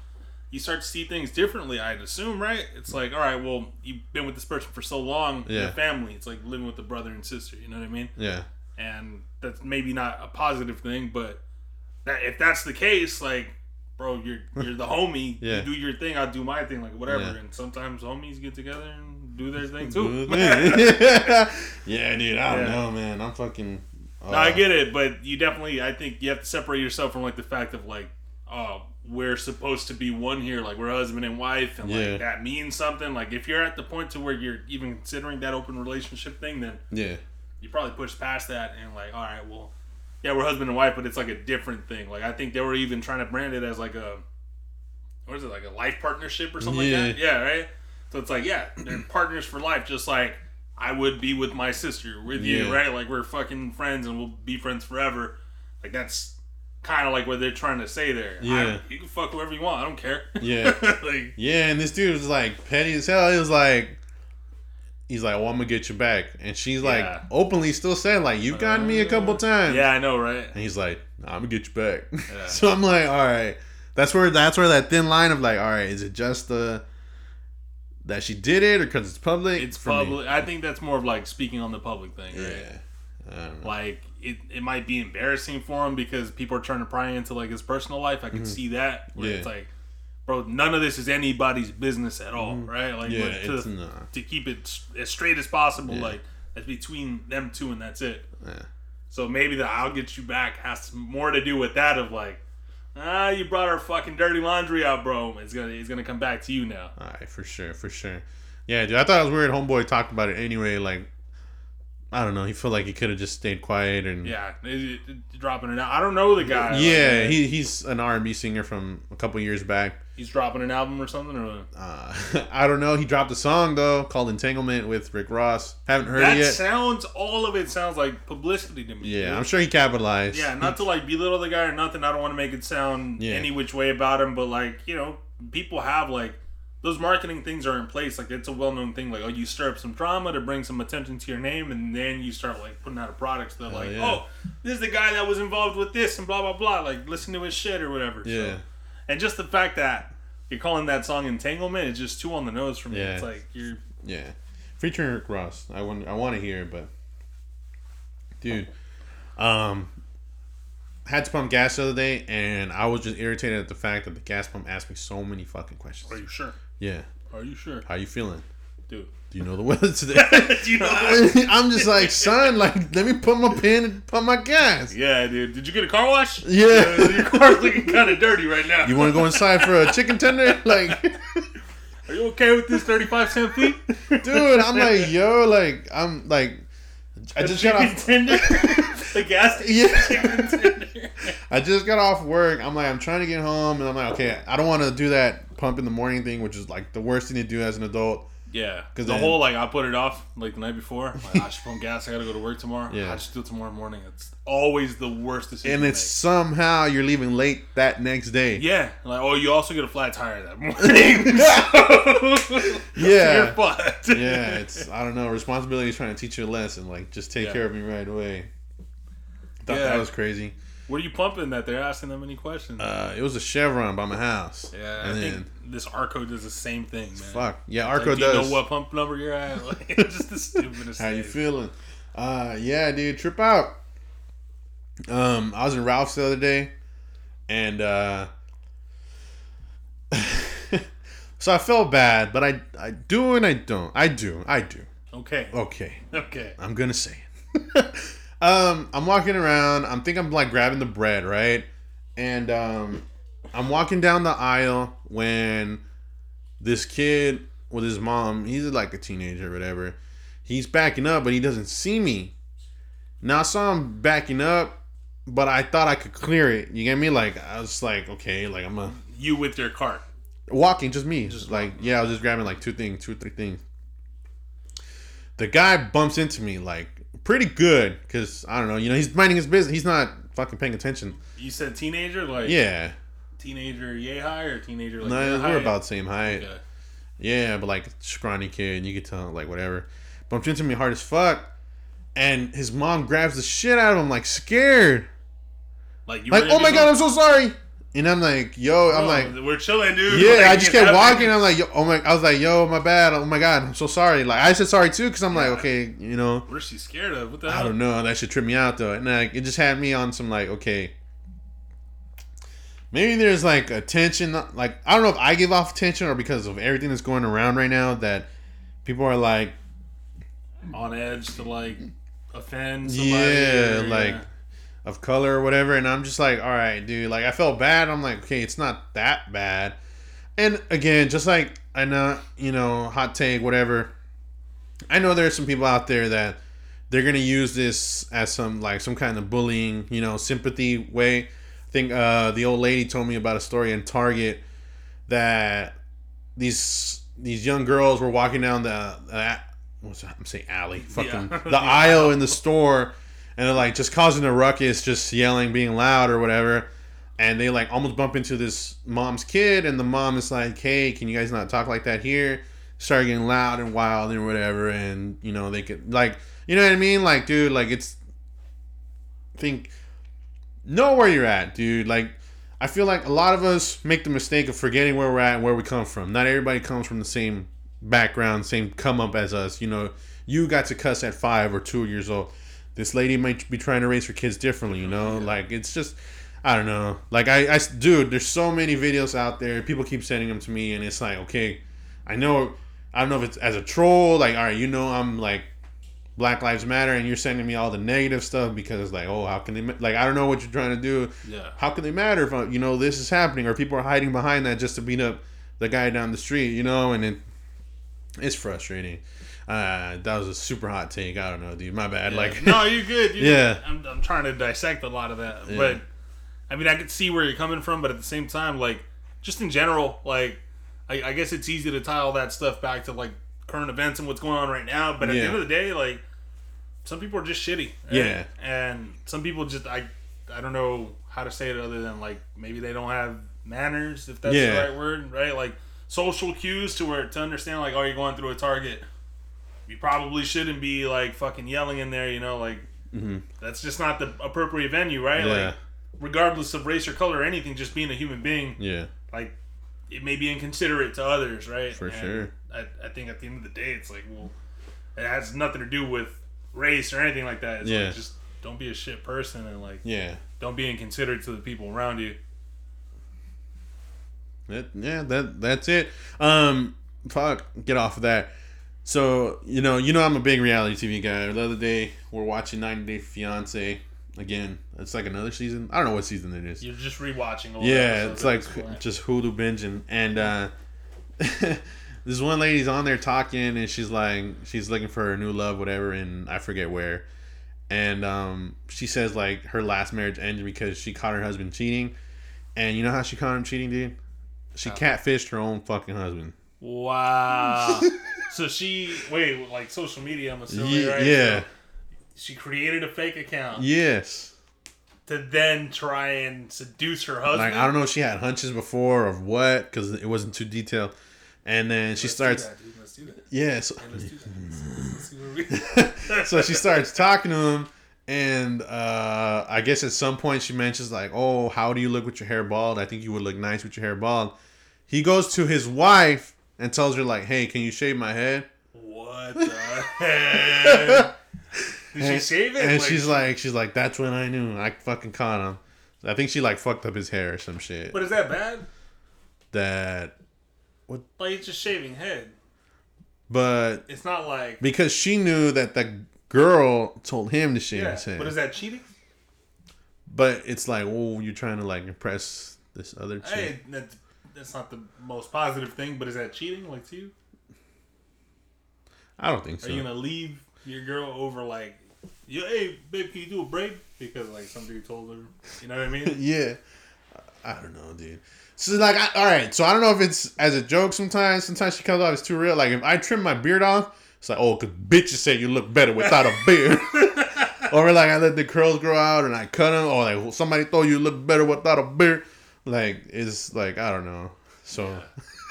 [SPEAKER 2] you start to see things differently. I'd assume, right? It's like, all right, well, you've been with this person for so long,
[SPEAKER 1] Yeah.
[SPEAKER 2] your family. It's like living with a brother and sister. You know what I mean?
[SPEAKER 1] yeah.
[SPEAKER 2] and that's maybe not a positive thing, but that if that's the case, like, bro, you're you're the homie.
[SPEAKER 1] Yeah.
[SPEAKER 2] You do your thing, I'll do my thing, like whatever.
[SPEAKER 1] Yeah.
[SPEAKER 2] And sometimes homies get together and do their thing too.
[SPEAKER 1] yeah, dude. I don't
[SPEAKER 2] Yeah.
[SPEAKER 1] know, man. I'm fucking. Uh,
[SPEAKER 2] No, I get it, but you definitely, I think you have to separate yourself from like the fact of like, oh, we're supposed to be one here, like we're husband and wife, and
[SPEAKER 1] Yeah.
[SPEAKER 2] like that means something. Like if you're at the point to where you're even considering that open relationship thing, then
[SPEAKER 1] Yeah.
[SPEAKER 2] you probably push past that and like, all right, well, yeah, we're husband and wife, but it's like a different thing. Like I think they were even trying to brand it as like a, what is it, like a life partnership or something
[SPEAKER 1] Yeah.
[SPEAKER 2] like that? Yeah, right. So it's like, yeah, they're partners for life, just like I would be with my sister, with
[SPEAKER 1] Yeah.
[SPEAKER 2] you, right? Like we're fucking friends and we'll be friends forever. Like that's kind of like what they're trying to say there. I-
[SPEAKER 1] Yeah.
[SPEAKER 2] you can fuck whoever you want. I don't care.
[SPEAKER 1] Yeah.
[SPEAKER 2] like
[SPEAKER 1] Yeah, and this dude was like petty as hell. He was like, he's like, well, I'm gonna get you back, and she's like,
[SPEAKER 2] Yeah. Uh,
[SPEAKER 1] openly still saying like, you've gotten me a couple times.
[SPEAKER 2] yeah, I know, right?
[SPEAKER 1] And he's like, nah, I'm gonna get you back.
[SPEAKER 2] Yeah.
[SPEAKER 1] so I'm like, all right. That's where that's where that thin line of like, all right, is it just the that she did it or because it's public?
[SPEAKER 2] It's
[SPEAKER 1] For me.
[SPEAKER 2] public. I think that's more of like speaking on the public thing, right?
[SPEAKER 1] Yeah. I don't know.
[SPEAKER 2] like it, it might be embarrassing for him because people are trying to pry into like his personal life i can see that where
[SPEAKER 1] Mm-hmm. Yeah.
[SPEAKER 2] it's like bro none of this is anybody's business at all, right? like
[SPEAKER 1] Mm-hmm. Yeah,
[SPEAKER 2] but to,
[SPEAKER 1] it's not.
[SPEAKER 2] to keep it s- as straight as possible
[SPEAKER 1] Yeah.
[SPEAKER 2] like that's between them two and that's it
[SPEAKER 1] Yeah.
[SPEAKER 2] so maybe the i'll get you back has more to do with that of like ah you brought our fucking dirty laundry out bro it's gonna it's gonna come back to you now
[SPEAKER 1] All right, for sure, for sure. Yeah, dude, I thought it was weird. Homeboy talked about it anyway. Like, I don't know. He felt like he could have just stayed quiet and
[SPEAKER 2] yeah it- it- dropping it out i don't know the guy like,
[SPEAKER 1] Mm. Yeah,
[SPEAKER 2] uh,
[SPEAKER 1] he, he's an R and B singer from a couple years back.
[SPEAKER 2] he's dropping an album or something or
[SPEAKER 1] Uh, I don't know. He dropped a song though called "Entanglement" with Rick Ross. Haven't heard
[SPEAKER 2] that
[SPEAKER 1] it yet.
[SPEAKER 2] sounds all of it sounds like publicity to me.
[SPEAKER 1] yeah, I'm sure he capitalized.
[SPEAKER 2] Yeah, not to like belittle the guy or nothing. I don't want to make it sound
[SPEAKER 1] Yeah.
[SPEAKER 2] any which way about him, but like you know, people have like those marketing things are in place. Like it's a well known thing. Like oh, you stir up some drama to bring some attention to your name, and then you start like putting out a product that like
[SPEAKER 1] yeah.
[SPEAKER 2] oh, this is the guy that was involved with this and blah blah blah. Like listen to his shit or whatever. So-
[SPEAKER 1] yeah,
[SPEAKER 2] and just the fact that you're calling that song entanglement is just too on the nose for me.
[SPEAKER 1] Yeah.
[SPEAKER 2] It's like you're
[SPEAKER 1] yeah. Featuring Rick Ross. I want. I want to hear, it, but dude, um, had to pump gas the other day, and I was just irritated at the fact that the gas pump asked me so many fucking
[SPEAKER 2] are
[SPEAKER 1] questions.
[SPEAKER 2] you sure?
[SPEAKER 1] Yeah,
[SPEAKER 2] Are you sure,
[SPEAKER 1] how you feeling?
[SPEAKER 2] dude?
[SPEAKER 1] Do you know the weather today?
[SPEAKER 2] Do you know?
[SPEAKER 1] I'm just like, son, like, let me put my pin and pump my gas.
[SPEAKER 2] Yeah, dude. Did you get a car wash?
[SPEAKER 1] Yeah.
[SPEAKER 2] Uh, your car's looking kind of dirty right now.
[SPEAKER 1] You want to go inside for a chicken tender? Like,
[SPEAKER 2] Are you okay with this 35 cent fee?
[SPEAKER 1] dude, I'm like, yo, like, I'm like, I just got
[SPEAKER 2] Chicken
[SPEAKER 1] off.
[SPEAKER 2] tender. the gas station
[SPEAKER 1] Yeah,
[SPEAKER 2] chicken tender.
[SPEAKER 1] I just got off work. I'm like, I'm trying to get home, and I'm like, okay, I don't want to do that pump in the morning thing, which is like the worst thing to do as an adult.
[SPEAKER 2] Yeah, because
[SPEAKER 1] 'Cause
[SPEAKER 2] the
[SPEAKER 1] then-
[SPEAKER 2] whole like I put it off like the night before. Like, I should pump gas. I gotta go to work tomorrow.
[SPEAKER 1] Yeah.
[SPEAKER 2] I should do it tomorrow morning. It's always the worst decision.
[SPEAKER 1] And
[SPEAKER 2] to
[SPEAKER 1] it's somehow you're leaving late that next
[SPEAKER 2] make.
[SPEAKER 1] day.
[SPEAKER 2] yeah, like oh, you also get a flat tire that morning.
[SPEAKER 1] Yeah.
[SPEAKER 2] you're fucked.
[SPEAKER 1] Yeah, it's I don't know. Responsibility is trying to teach you a lesson. Like, just take
[SPEAKER 2] Yeah.
[SPEAKER 1] care of me right away. Thought
[SPEAKER 2] Yeah.
[SPEAKER 1] that was crazy.
[SPEAKER 2] What are you pumping that they're asking that many questions?
[SPEAKER 1] Uh, it was a Chevron by my house.
[SPEAKER 2] yeah, I
[SPEAKER 1] and then
[SPEAKER 2] think this Arco does the same thing, man.
[SPEAKER 1] fuck yeah,
[SPEAKER 2] Like,
[SPEAKER 1] Arco
[SPEAKER 2] do you
[SPEAKER 1] does.
[SPEAKER 2] know what pump number you're at? Like, it's just the stupidest
[SPEAKER 1] How
[SPEAKER 2] thing.
[SPEAKER 1] you feeling? Uh, yeah, dude, trip out. Um, I was in Ralph's the other day, and uh, so I felt bad, but I I do and I don't. I do, I do.
[SPEAKER 2] Okay.
[SPEAKER 1] Okay,
[SPEAKER 2] Okay.
[SPEAKER 1] I'm gonna say it. um, I'm walking around. I'm think I'm like grabbing the bread, right? And um, I'm walking down the aisle when this kid with his mom, he's like a teenager or whatever. He's backing up, but he doesn't see me. Now I saw him backing up, but I thought I could clear it. You get me? Like I was like, okay, like I'm a
[SPEAKER 2] You with your cart.
[SPEAKER 1] walking, just me, just like yeah, I was just grabbing like two things, two three things. The guy bumps into me like pretty good because I don't know, you know, he's minding his business. He's not fucking paying attention.
[SPEAKER 2] You said teenager, like
[SPEAKER 1] Yeah,
[SPEAKER 2] teenager yay high or teenager like
[SPEAKER 1] no,
[SPEAKER 2] yay high? uh,
[SPEAKER 1] we're about the same height.
[SPEAKER 2] Okay.
[SPEAKER 1] Yeah, but like scrawny kid, and you could tell like whatever. Bumped into me hard as fuck, and his mom grabs the shit out of him like scared,
[SPEAKER 2] Like you
[SPEAKER 1] like
[SPEAKER 2] were
[SPEAKER 1] oh my
[SPEAKER 2] just
[SPEAKER 1] god, I'm so sorry. And I'm like, yo, I'm
[SPEAKER 2] "Oh,
[SPEAKER 1] like,
[SPEAKER 2] we're chilling, dude.
[SPEAKER 1] Yeah,
[SPEAKER 2] Like,
[SPEAKER 1] I just
[SPEAKER 2] get
[SPEAKER 1] kept
[SPEAKER 2] up.
[SPEAKER 1] walking. I'm like, yo, oh my, I was like, yo, my bad. Oh my god, I'm so sorry. Like I said sorry too, cause I'm
[SPEAKER 2] Yeah.
[SPEAKER 1] like, okay, you know,
[SPEAKER 2] What is she scared of? What the
[SPEAKER 1] I
[SPEAKER 2] hell?
[SPEAKER 1] don't know. That should trip me out though, and like it just had me on some like, okay, maybe there's like a tension. Like I don't know if I give off tension or because of everything that's going around right now that people are like,
[SPEAKER 2] On edge to like offend somebody.
[SPEAKER 1] yeah,
[SPEAKER 2] or-
[SPEAKER 1] like of color or whatever. And I'm just like, all right, dude. Like I felt bad. I'm like, okay, it's not that bad. And again, just like I know, you know, hot take, whatever. I know there's some people out there that they're gonna use this as some like some kind of bullying, you know, sympathy way. I think uh, the old lady told me about a story in Target that these these young girls were walking down the uh, what's that? I'm saying alley, fucking
[SPEAKER 2] Yeah.
[SPEAKER 1] the aisle in the store, and they're like just causing a ruckus, just yelling, being loud or whatever. And they like almost bump into this mom's kid, and the mom is like, "Hey, can you guys not talk like that here?" Start getting loud and wild and whatever, and you know they could like, you know what I mean? Like, dude, like it's think know where you're at, dude. Like, I feel like a lot of us make the mistake of forgetting where we're at and where we come from. Not everybody comes from the same background, same come up as us. You know, you got to cuss at five or two years old. This lady might be trying to raise her kids differently, you know? Like, it's just, I don't know. Like, I, I, dude, there's so many videos out there. People keep sending them to me, and it's like, okay, I know, I don't know if it's as a troll, like, all right, you know, I'm like, Black Lives Matter, and you're sending me all the negative stuff because it's like, oh, how can they? ma- Like, I don't know what you're trying to do.
[SPEAKER 2] yeah.
[SPEAKER 1] How can they matter if uh, you know this is happening, or people are hiding behind that just to beat up the guy down the street, you know? And it, it's frustrating. Uh, that was a super hot take. I don't know, dude. My bad.
[SPEAKER 2] Yeah.
[SPEAKER 1] Like,
[SPEAKER 2] no, you're good. You're
[SPEAKER 1] Yeah.
[SPEAKER 2] good. I'm, I'm trying to dissect a lot of that,
[SPEAKER 1] Yeah.
[SPEAKER 2] but I mean, I could see where you're coming from, but at the same time, like, just in general, like, I, I guess it's easy to tie all that stuff back to like current events and what's going on right now. But at
[SPEAKER 1] Yeah.
[SPEAKER 2] the end of the day, like, some people are just shitty. right?
[SPEAKER 1] Yeah.
[SPEAKER 2] and some people just I I don't know how to say it other than like maybe they don't have manners if that's
[SPEAKER 1] Yeah.
[SPEAKER 2] the right word, right? Like social cues to where to understand like oh you're going through a target you probably shouldn't be like fucking yelling in there, you know, like
[SPEAKER 1] Mhm.
[SPEAKER 2] that's just not the appropriate venue, right?
[SPEAKER 1] yeah,
[SPEAKER 2] Like regardless of race or color or anything, just being a human being,
[SPEAKER 1] yeah,
[SPEAKER 2] like it may be inconsiderate to others, right?
[SPEAKER 1] for
[SPEAKER 2] And
[SPEAKER 1] sure.
[SPEAKER 2] I, I think at the end of the day it's like, well it has nothing to do with race or anything like that. It's
[SPEAKER 1] Yeah.
[SPEAKER 2] like just don't be a shit person and like
[SPEAKER 1] Yeah,
[SPEAKER 2] don't be inconsiderate to the people around you.
[SPEAKER 1] that, yeah. That that's it. Um, fuck, get off of that. So you know, you know, I'm a big reality TV guy. The other day, we're watching 90 Day Fiance again. It's like another season. I don't know what season it is.
[SPEAKER 2] You're just rewatching old
[SPEAKER 1] Yeah,
[SPEAKER 2] episodes
[SPEAKER 1] it's
[SPEAKER 2] at
[SPEAKER 1] like
[SPEAKER 2] this point.
[SPEAKER 1] just Hulu binging. And uh, this one lady's on there talking, and she's like, she's looking for her new love, whatever, and I forget where. And um, she says like her last marriage ended because she caught her husband cheating. And you know how she caught him cheating, dude? She catfished her own fucking husband.
[SPEAKER 2] Wow. so she wait, like social media I'm assuming,
[SPEAKER 1] Ye-
[SPEAKER 2] right?
[SPEAKER 1] yeah.
[SPEAKER 2] So she created a fake account
[SPEAKER 1] Yes.
[SPEAKER 2] to then try and seduce her
[SPEAKER 1] Like
[SPEAKER 2] husband.
[SPEAKER 1] I don't know if she had hunches before or what, because it wasn't too detailed. And then she
[SPEAKER 2] Let's do
[SPEAKER 1] starts,
[SPEAKER 2] that, dude. Let's do that.
[SPEAKER 1] yeah. So,
[SPEAKER 2] Let's do that. Let's see what we-
[SPEAKER 1] so she starts talking to him and uh, i guess at some point she mentions like oh how do you look with your hair bald i think you would look nice with your hair bald he goes to his wife and tells her like hey can you shave my head
[SPEAKER 2] What the heck? Did she shave it?
[SPEAKER 1] And she's like, she's like, that's when I knew I fucking caught him. I think she like fucked up his hair or some shit.
[SPEAKER 2] but is that bad?
[SPEAKER 1] That,
[SPEAKER 2] Like it's just shaving head.
[SPEAKER 1] but
[SPEAKER 2] It's not like
[SPEAKER 1] because she knew that the girl told him to shave
[SPEAKER 2] yeah.
[SPEAKER 1] his head.
[SPEAKER 2] But is that cheating?
[SPEAKER 1] But it's like, oh, you're trying to like impress this other chick.
[SPEAKER 2] Hey, that's that's not the most positive thing. But is that cheating? Like to you,
[SPEAKER 1] I don't think so.
[SPEAKER 2] are you gonna leave your girl over like, yo, hey babe, can you do a braid? Because like somebody told her, you know what I mean?
[SPEAKER 1] yeah. I I don't know, dude. So like, I, all right. So I don't know if it's as a joke. Sometimes, sometimes she comes off as too real. Like if I trim my beard off, it's like, oh, cause bitches say you look better without a beard. or like I let the curls grow out and I cut them. Or like somebody told you look better without a beard. Like it's like I don't know. So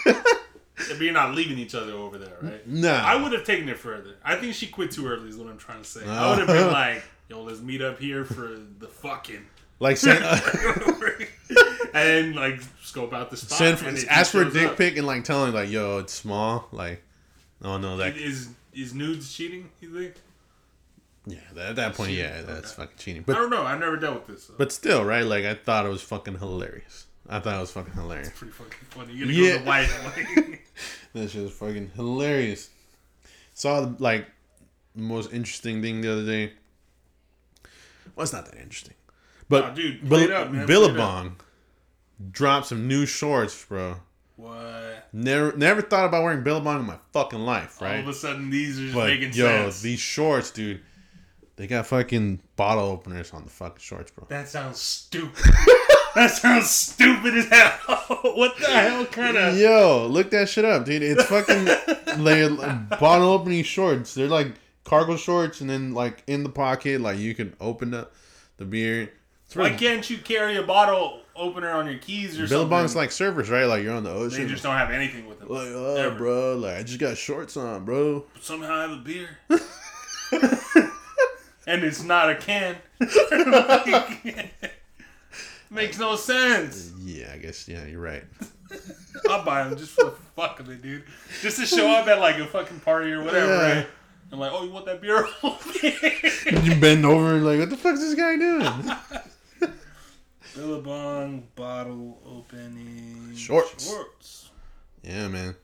[SPEAKER 2] but you're not leaving each other over there, right?
[SPEAKER 1] nah,
[SPEAKER 2] I would have taken it further. I think she quit too early. Is what I'm trying to say. I would have been like, yo, let's meet up here for the fucking.
[SPEAKER 1] like uh, send,
[SPEAKER 2] and like scope out the spot.
[SPEAKER 1] send
[SPEAKER 2] and if he
[SPEAKER 1] ask for a
[SPEAKER 2] shows
[SPEAKER 1] dick
[SPEAKER 2] up,
[SPEAKER 1] pic and like tell her like, yo, it's small. Like, oh no, that
[SPEAKER 2] Is is nudes cheating? You think?
[SPEAKER 1] yeah, that, at that point, yeah, that's fucking cheating. But
[SPEAKER 2] I don't know. I've never dealt with this. So.
[SPEAKER 1] But still, right? Like I thought it was fucking hilarious. I thought it was fucking hilarious.
[SPEAKER 2] pretty fucking funny. You're gonna
[SPEAKER 1] Yeah.
[SPEAKER 2] go to white. Like,
[SPEAKER 1] That shit was fucking hilarious. Saw like the most interesting thing the other day. Well, it's not that interesting, but
[SPEAKER 2] Nah, dude,
[SPEAKER 1] Bill-
[SPEAKER 2] play it up, man, play it up.
[SPEAKER 1] Billabong dropped some new shorts, bro.
[SPEAKER 2] what?
[SPEAKER 1] Never, never thought about wearing Billabong in my fucking life,
[SPEAKER 2] All
[SPEAKER 1] right?
[SPEAKER 2] of a sudden, these are just
[SPEAKER 1] But yo,
[SPEAKER 2] making sense.
[SPEAKER 1] these shorts, dude, they got fucking bottle openers on the fucking shorts, bro.
[SPEAKER 2] that sounds stupid. that sounds stupid as hell. what the hell kind of?
[SPEAKER 1] Yo, look that shit up, dude. It's fucking they bottle opening shorts. They're like cargo shorts, and then like in the pocket, like you can open up the beer. It's
[SPEAKER 2] Why
[SPEAKER 1] really
[SPEAKER 2] can't you carry a bottle opener on your keys or
[SPEAKER 1] Billabong's
[SPEAKER 2] something?
[SPEAKER 1] like surfers, right? Like you're on the
[SPEAKER 2] they
[SPEAKER 1] ocean.
[SPEAKER 2] just don't have anything with them.
[SPEAKER 1] like, oh,
[SPEAKER 2] Ever.
[SPEAKER 1] bro, like I just got shorts on, bro.
[SPEAKER 2] Somehow I have a beer. and it's not a can. Makes no sense.
[SPEAKER 1] Yeah, I guess. Yeah, you're right.
[SPEAKER 2] I'll buy them just for the fuck of it, dude. Just to show up at like a fucking party or whatever.
[SPEAKER 1] Yeah.
[SPEAKER 2] Right? I'm like, oh, you want that beer?
[SPEAKER 1] you bend over and like, what the fuck's this guy doing?
[SPEAKER 2] Billabong bottle opening
[SPEAKER 1] Shorts.
[SPEAKER 2] shorts.
[SPEAKER 1] yeah, man.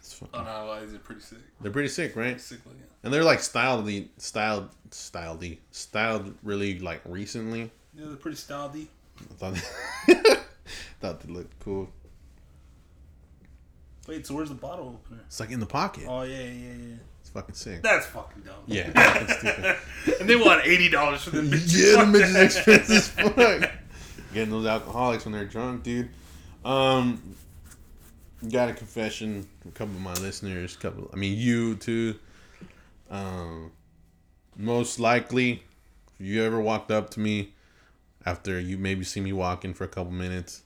[SPEAKER 1] It's
[SPEAKER 2] Oh
[SPEAKER 1] fucking,
[SPEAKER 2] no, these are pretty sick.
[SPEAKER 1] they're pretty sick, right?
[SPEAKER 2] Sick looking.
[SPEAKER 1] And they're like styled, styled, styled, styled really like recently.
[SPEAKER 2] Yeah, they're pretty styled.
[SPEAKER 1] I thought, thought they looked cool.
[SPEAKER 2] Wait, so where's the bottle opener?
[SPEAKER 1] It's like in the pocket.
[SPEAKER 2] Oh yeah, yeah, yeah.
[SPEAKER 1] It's fucking sick.
[SPEAKER 2] That's fucking dumb.
[SPEAKER 1] Yeah, that's stupid.
[SPEAKER 2] and they want eighty dollars for the bitch.
[SPEAKER 1] yeah, the
[SPEAKER 2] Fuck
[SPEAKER 1] bitch is
[SPEAKER 2] that.
[SPEAKER 1] expensive as fuck. Getting those alcoholics when they're drunk, dude. Um, got a confession. from A couple of my listeners, couple. I mean, you too. Um, most likely, if you ever walked up to me after you maybe see me walking for a couple minutes,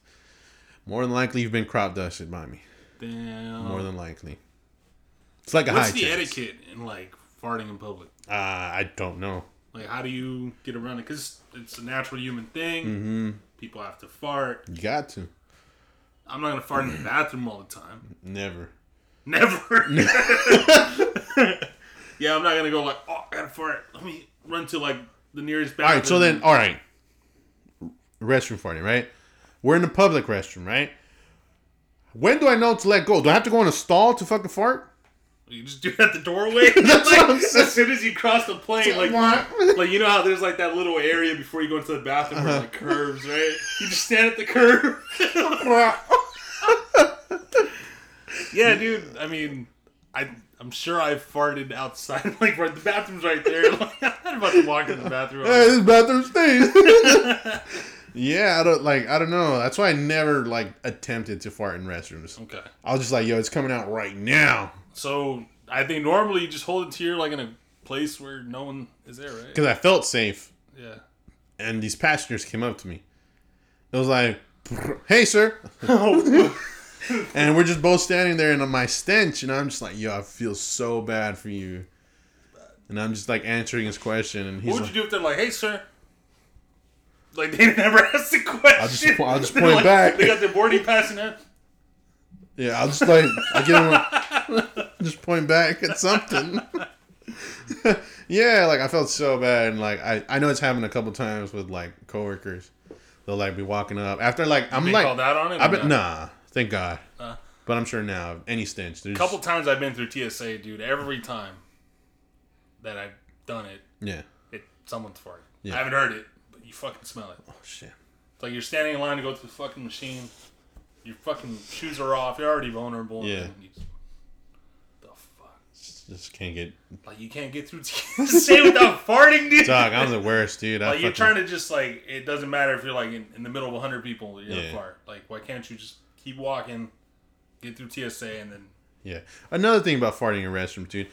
[SPEAKER 1] more than likely you've been crop dusted by me.
[SPEAKER 2] Damn.
[SPEAKER 1] More than likely. It's like a
[SPEAKER 2] What's
[SPEAKER 1] high
[SPEAKER 2] the
[SPEAKER 1] chance.
[SPEAKER 2] etiquette in like farting in public?
[SPEAKER 1] Uh, I don't know.
[SPEAKER 2] Like, how do you get around it? Because it's a natural human thing.
[SPEAKER 1] Mm-hmm.
[SPEAKER 2] People have to fart.
[SPEAKER 1] You got to.
[SPEAKER 2] I'm not gonna fart in the bathroom all the time.
[SPEAKER 1] Never.
[SPEAKER 2] Never. yeah, I'm not gonna go like, oh, I gotta fart. Let me run to like the nearest bathroom.
[SPEAKER 1] All right. So then, all right. Restroom farting, right? We're in the public restroom, right? When do I know to let go? Do I have to go in a stall to fucking fart?
[SPEAKER 2] you just do it at the doorway.
[SPEAKER 1] That's
[SPEAKER 2] Like,
[SPEAKER 1] what I'm saying.
[SPEAKER 2] as soon as you cross the plane, like like you know how there's like that little area before you go into the bathroom
[SPEAKER 1] Uh-huh.
[SPEAKER 2] where it, like curves, right? You just stand at the curb. yeah, dude. I mean, I I'm sure I farted outside, like where the bathroom's right there. Like, I'm not about to walk in the bathroom.
[SPEAKER 1] Hey, this bathroom stinks. yeah, I don't like. I don't know. That's why I never like attempted to fart in restrooms.
[SPEAKER 2] Okay.
[SPEAKER 1] I was just like, yo, it's coming out right now
[SPEAKER 2] So I think normally you just hold it to your like in a place where no one is there, right?
[SPEAKER 1] because I felt safe.
[SPEAKER 2] Yeah.
[SPEAKER 1] and these passengers came up to me. It was like, "Hey, sir," and we're just both standing there, and on my stench, and I'm just like, "Yo, I feel so bad for you," and I'm just like answering his question, and
[SPEAKER 2] What
[SPEAKER 1] he's
[SPEAKER 2] would
[SPEAKER 1] like,
[SPEAKER 2] you do if they're like, "Hey, sir"? Like they never asked the question. I'll
[SPEAKER 1] just po- I'll just point back.
[SPEAKER 2] They got their boarding pass in there.
[SPEAKER 1] "Yeah, I'll just like, I give him, a, just point back at something." yeah, like I felt so bad, and like I, I know it's happened a couple times with like coworkers. They'll like be walking up after like I'm
[SPEAKER 2] Been
[SPEAKER 1] like
[SPEAKER 2] called out on it.
[SPEAKER 1] I
[SPEAKER 2] or
[SPEAKER 1] bet
[SPEAKER 2] not?
[SPEAKER 1] nah, thank God.
[SPEAKER 2] Uh.
[SPEAKER 1] but I'm sure now any stench. There's
[SPEAKER 2] couple times I've been through TSA, dude. Every time that I've done it,
[SPEAKER 1] yeah.
[SPEAKER 2] it someone's farted.
[SPEAKER 1] Yeah.
[SPEAKER 2] I haven't heard it, but you fucking smell it.
[SPEAKER 1] Oh shit.
[SPEAKER 2] It's like you're standing in line to go to the fucking machine. Your fucking shoes are off. You're already vulnerable.
[SPEAKER 1] Yeah.
[SPEAKER 2] and you just- the fuck?
[SPEAKER 1] Just, just can't get
[SPEAKER 2] Like you can't get through TSA without farting, dude.
[SPEAKER 1] dog. I'm the worst, dude. I
[SPEAKER 2] like you're
[SPEAKER 1] fucking-
[SPEAKER 2] trying to just like it doesn't matter if you're like in, in the middle of 100 people you're
[SPEAKER 1] Yeah.
[SPEAKER 2] gonna fart like why can't you just keep walking get through tsa and then
[SPEAKER 1] Yeah. Another thing about farting in restrooms, dude.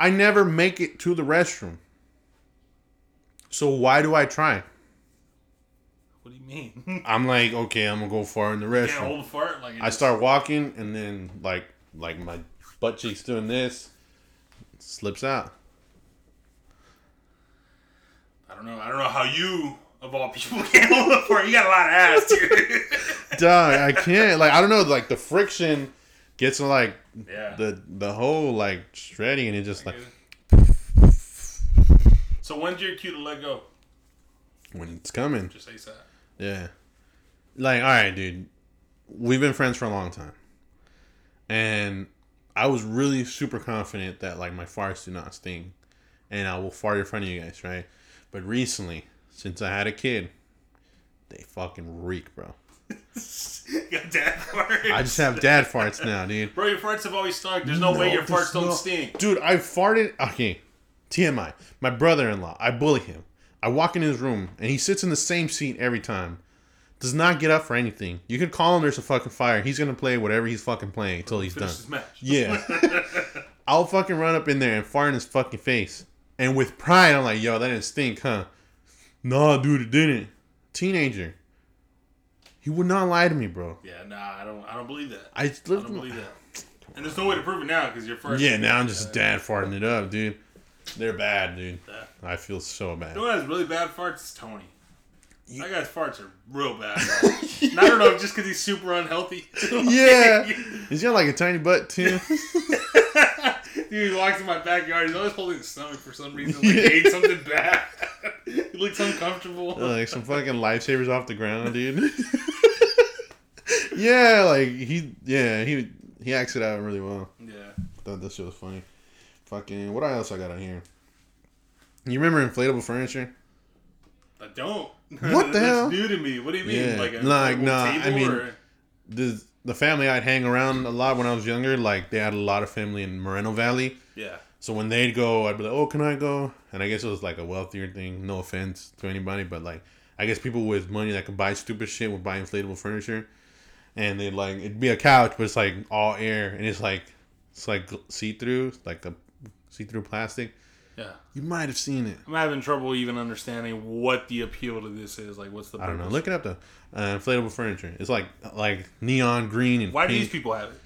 [SPEAKER 1] I never make it to the restroom. So why do I try?
[SPEAKER 2] what do you mean
[SPEAKER 1] I'm like, okay, I'm gonna go fart in the
[SPEAKER 2] can't
[SPEAKER 1] restroom.
[SPEAKER 2] hold a fart like it
[SPEAKER 1] I
[SPEAKER 2] just-
[SPEAKER 1] start walking, and then like like my butt cheeks doing this, slips out.
[SPEAKER 2] i don't know i don't know how you of all people can't hold a fart you got a lot of ass dude
[SPEAKER 1] Dog, I can't. Like I don't know. Like the friction gets like
[SPEAKER 2] yeah
[SPEAKER 1] the the whole like shredding, and it just like
[SPEAKER 2] so when's your cue to let go
[SPEAKER 1] when it's coming.
[SPEAKER 2] just say that
[SPEAKER 1] Yeah. Like, all right, dude. We've been friends for a long time. And I was really super confident that like my farts do not sting. And I will fart in front of you guys, right? But recently, since I had a kid, they fucking reek, bro.
[SPEAKER 2] got dad farts.
[SPEAKER 1] I just have dad farts now, dude.
[SPEAKER 2] bro your farts have always stunk there's no, way your
[SPEAKER 1] there's
[SPEAKER 2] farts don't
[SPEAKER 1] no-
[SPEAKER 2] stink
[SPEAKER 1] Dude, I farted. Okay, TMI. My brother in law. I bully him. I walk in his room and he sits in the same seat every time. Does not get up for anything. You could call him. There's a fucking fire. He's gonna play whatever he's fucking playing until he's
[SPEAKER 2] finish
[SPEAKER 1] done.
[SPEAKER 2] this match
[SPEAKER 1] Yeah. I'll fucking run up in there and fart in his fucking face. And with pride, I'm like, yo, that didn't stink, huh? No, dude, it didn't. Teenager. He would not lie to me, bro.
[SPEAKER 2] yeah nah i don't i don't believe that
[SPEAKER 1] I
[SPEAKER 2] I don't believe that. And there's no way to prove it now because you're first.
[SPEAKER 1] Yeah, now I'm just dad farting it up, dude. They're bad, dude. I feel so bad.
[SPEAKER 2] You know what has really bad farts is Tony. That guy's farts are real bad. and I don't know, if just because he's super unhealthy.
[SPEAKER 1] Yeah. He's got like a tiny butt too.
[SPEAKER 2] Dude, he walks in my backyard. He's always holding his stomach for some reason. Like, he ate something bad. he looks uncomfortable.
[SPEAKER 1] like some fucking lifesavers off the ground, dude. yeah, like he yeah, he he acts it out really well.
[SPEAKER 2] yeah.
[SPEAKER 1] Thought that shit was funny. Fucking what else I got on here? You remember inflatable furniture?
[SPEAKER 2] I don't.
[SPEAKER 1] What the
[SPEAKER 2] That's
[SPEAKER 1] hell?
[SPEAKER 2] new to me. What do you mean?
[SPEAKER 1] Yeah.
[SPEAKER 2] Like a
[SPEAKER 1] Like,
[SPEAKER 2] little
[SPEAKER 1] nah,
[SPEAKER 2] table
[SPEAKER 1] I mean-
[SPEAKER 2] or-
[SPEAKER 1] The the family I'd hang around a lot when I was younger, like they had a lot of family in Moreno Valley.
[SPEAKER 2] yeah.
[SPEAKER 1] So when they'd go, I'd be like, "Oh, can I go?" And I guess it was like a wealthier thing. No offense to anybody, but like, I guess people with money that could buy stupid shit would buy inflatable furniture, and they'd like it'd be a couch, but it's like all air, and it's like it's like see through, like a see through plastic.
[SPEAKER 2] Yeah.
[SPEAKER 1] You might have seen it.
[SPEAKER 2] I'm having trouble even understanding what the appeal to this is. Like, what's the
[SPEAKER 1] I don't know.
[SPEAKER 2] purpose?
[SPEAKER 1] Look it up though. Uh, inflatable furniture. It's like like neon green and
[SPEAKER 2] Why do
[SPEAKER 1] pink.
[SPEAKER 2] these people have it?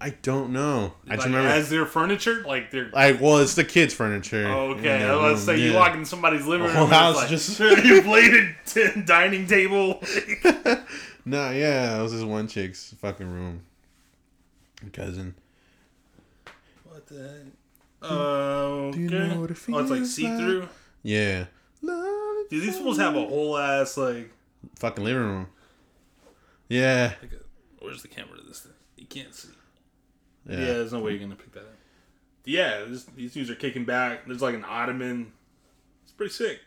[SPEAKER 1] I don't know. I
[SPEAKER 2] like,
[SPEAKER 1] just remember.
[SPEAKER 2] as their furniture, like their
[SPEAKER 1] like well, it's the kids' furniture. in
[SPEAKER 2] Okay, I
[SPEAKER 1] their
[SPEAKER 2] was
[SPEAKER 1] room.
[SPEAKER 2] gonna say you
[SPEAKER 1] Yeah.
[SPEAKER 2] walk in somebody's living room.
[SPEAKER 1] whole
[SPEAKER 2] and it's
[SPEAKER 1] house
[SPEAKER 2] like,
[SPEAKER 1] just-
[SPEAKER 2] your bladed tin dining table.
[SPEAKER 1] No, yeah, it was this one chick's fucking room. Her cousin.
[SPEAKER 2] what the? Heck? Uh, okay.
[SPEAKER 1] you know what it
[SPEAKER 2] oh, it's like
[SPEAKER 1] feels
[SPEAKER 2] see through.
[SPEAKER 1] Yeah.
[SPEAKER 2] Dude, these fools have a whole ass like.
[SPEAKER 1] fucking living room. Yeah.
[SPEAKER 2] like a, where's the camera to this thing? You can't see. Yeah.
[SPEAKER 1] Yeah.
[SPEAKER 2] there's no way you're gonna pick that up. Yeah, this, these dudes are kicking back. There's like an ottoman. It's pretty sick.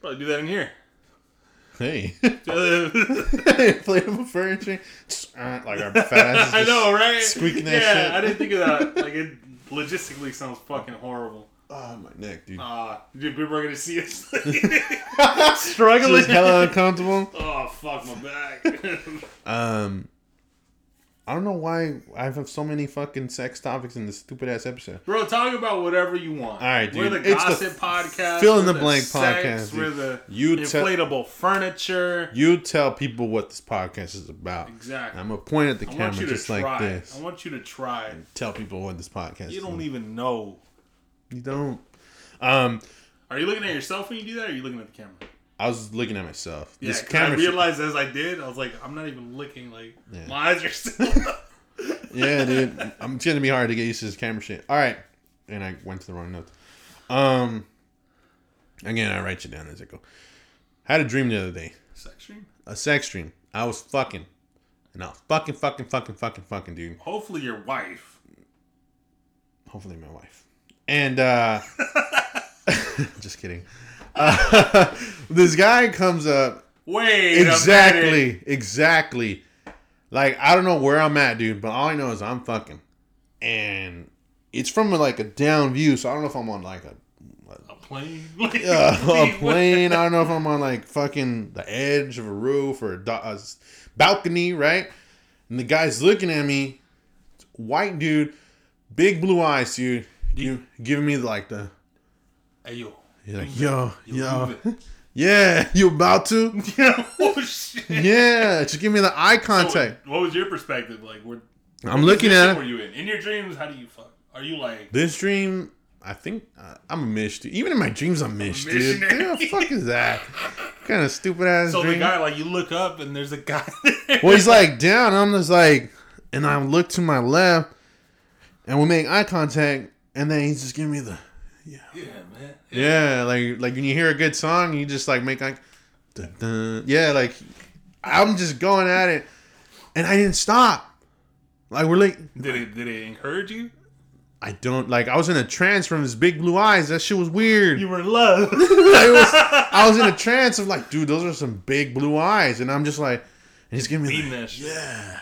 [SPEAKER 2] Probably do that in here.
[SPEAKER 1] Hey.
[SPEAKER 2] I
[SPEAKER 1] Inflatable furniture. Just, uh, like our fat ass is just-
[SPEAKER 2] know, right?
[SPEAKER 1] squeaking that
[SPEAKER 2] yeah,
[SPEAKER 1] shit.
[SPEAKER 2] I didn't think of that. Like it logistically sounds fucking horrible.
[SPEAKER 1] Oh, my neck, dude.
[SPEAKER 2] Uh, dude, people are gonna see us.
[SPEAKER 1] Just
[SPEAKER 2] Struggling.
[SPEAKER 1] hella uncomfortable.
[SPEAKER 2] Oh fuck my back.
[SPEAKER 1] Um, I don't know why I have so many fucking sex topics in this stupid ass episode.
[SPEAKER 2] Bro, talk about whatever you want.
[SPEAKER 1] All right,
[SPEAKER 2] We're
[SPEAKER 1] dude.
[SPEAKER 2] the
[SPEAKER 1] It's the
[SPEAKER 2] gossip podcast.
[SPEAKER 1] fill in
[SPEAKER 2] we're
[SPEAKER 1] the blank podcast,
[SPEAKER 2] sex,
[SPEAKER 1] dude.
[SPEAKER 2] We're the
[SPEAKER 1] You te-
[SPEAKER 2] inflatable furniture.
[SPEAKER 1] You tell people what this podcast is about.
[SPEAKER 2] Exactly.
[SPEAKER 1] I'm gonna point at the
[SPEAKER 2] I want
[SPEAKER 1] camera
[SPEAKER 2] you to
[SPEAKER 1] just
[SPEAKER 2] try.
[SPEAKER 1] like this.
[SPEAKER 2] I want you to try.
[SPEAKER 1] tell people what this podcast.
[SPEAKER 2] You
[SPEAKER 1] is
[SPEAKER 2] don't
[SPEAKER 1] about.
[SPEAKER 2] even know.
[SPEAKER 1] You don't. Um,
[SPEAKER 2] Are you looking at yourself when you do that? Or are you looking at the camera?
[SPEAKER 1] I was looking at myself.
[SPEAKER 2] Yeah,
[SPEAKER 1] this
[SPEAKER 2] 'cause
[SPEAKER 1] camera.
[SPEAKER 2] I realized as I did, I was like, I'm not even looking. Like
[SPEAKER 1] Yeah.
[SPEAKER 2] my eyes are still. up.
[SPEAKER 1] shit- yeah, dude. I'm, it's gonna be hard to get used to this camera shit. All right, and I went to the wrong notes. Um, again, I write you down as I go. Had a dream the other day,
[SPEAKER 2] Sex stream?
[SPEAKER 1] a sex dream. I was fucking, and I was fucking, fucking, fucking, fucking, fucking, dude.
[SPEAKER 2] Hopefully your wife.
[SPEAKER 1] Hopefully, my wife. And uh, just kidding. Uh, this guy comes up
[SPEAKER 2] Wait. a minute.
[SPEAKER 1] exactly, exactly. Like I don't know where I'm at, dude, but all I know is I'm fucking, and it's from like a down view, so I don't know if I'm on like a
[SPEAKER 2] A plane.
[SPEAKER 1] uh,
[SPEAKER 2] Wait,
[SPEAKER 1] a
[SPEAKER 2] what-
[SPEAKER 1] plane. I don't know if I'm on like fucking the edge of a roof or a, do- a s- balcony, right? And the guy's looking at me, white dude, big blue eyes, dude. You giving me like the
[SPEAKER 2] Hey, yo.
[SPEAKER 1] he's like yo yo
[SPEAKER 2] Move it.
[SPEAKER 1] yeah you about to
[SPEAKER 2] Yeah, oh, shit.
[SPEAKER 1] yeah just give me the eye
[SPEAKER 2] What,
[SPEAKER 1] contact.
[SPEAKER 2] what was your perspective? Like, what
[SPEAKER 1] I'm looking
[SPEAKER 2] position
[SPEAKER 1] at
[SPEAKER 2] were
[SPEAKER 1] him.
[SPEAKER 2] you in? In your dreams, how do you fuck? Are you like,
[SPEAKER 1] this dream. I think uh, I'm a mish, dude. Even in my dreams, I'm mish, dude.
[SPEAKER 2] missionary.
[SPEAKER 1] Yeah, fuck is that? kind of stupid ass
[SPEAKER 2] so
[SPEAKER 1] dream.
[SPEAKER 2] the guy, like, you look up and there's a guy there.
[SPEAKER 1] Well, he's like down. I'm just like, and I look to my left, and we make eye contact, and then he's just giving me the
[SPEAKER 2] Yeah, man.
[SPEAKER 1] yeah, like like when you hear a good song, you just like make like, dun, dun. yeah, like I'm just going at it, and I didn't stop. Like we're like,
[SPEAKER 2] Did it, did it encourage you?
[SPEAKER 1] I don't like. I was in a trance from his big blue eyes. That shit was weird.
[SPEAKER 2] You were in love.
[SPEAKER 1] I was, I was in a trance of like, dude, those are some big blue eyes, and I'm just like, and he's giving me the-
[SPEAKER 2] Eating that shit.
[SPEAKER 1] Yeah.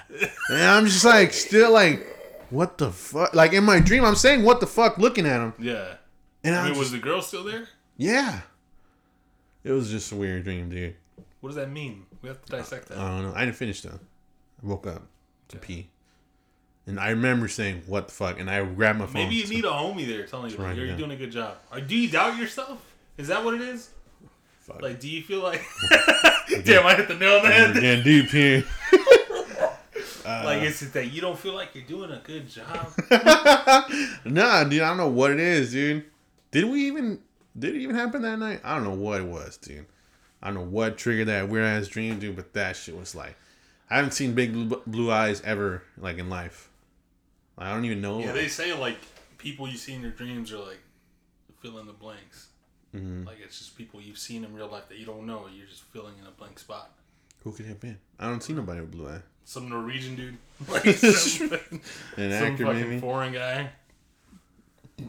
[SPEAKER 1] And I'm just like still like, what the fuck? Like in my dream, I'm saying what the fuck, looking at him,
[SPEAKER 2] Yeah.
[SPEAKER 1] and
[SPEAKER 2] I
[SPEAKER 1] I'm
[SPEAKER 2] mean, was
[SPEAKER 1] just,
[SPEAKER 2] the girl still there?
[SPEAKER 1] yeah. It was just a weird dream, dude.
[SPEAKER 2] What does that mean? We have to dissect that.
[SPEAKER 1] I don't know. I didn't finish though. I woke up to pee, and I remember saying what the fuck, and I grabbed my phone.
[SPEAKER 2] Maybe you need a homie there telling you, like,
[SPEAKER 1] right,
[SPEAKER 2] you're
[SPEAKER 1] yeah.
[SPEAKER 2] doing a good job. Or do you doubt yourself? Is that what it is?
[SPEAKER 1] Fuck.
[SPEAKER 2] Like, do you feel like, damn, I hit the nail on the head.
[SPEAKER 1] Again, deep here.
[SPEAKER 2] Like, is it that you don't feel like you're doing a good job?
[SPEAKER 1] Nah, dude, I don't know what it is, dude. Did we even? Did it even happen that night? I don't know what it was, dude. I don't know what triggered that weird ass dream, dude. But that shit was like, I haven't seen big blue, blue eyes ever like in life. I don't even know.
[SPEAKER 2] Yeah,
[SPEAKER 1] like-
[SPEAKER 2] they say like people you see in your dreams are like fill in the blanks.
[SPEAKER 1] Mm-hmm.
[SPEAKER 2] Like it's just people you've seen in real life that you don't know. You're just filling in a blank spot.
[SPEAKER 1] who could it have been? I don't see nobody with blue eye.
[SPEAKER 2] Some Norwegian dude, like some, some
[SPEAKER 1] An actor,
[SPEAKER 2] fucking
[SPEAKER 1] maybe.
[SPEAKER 2] foreign guy.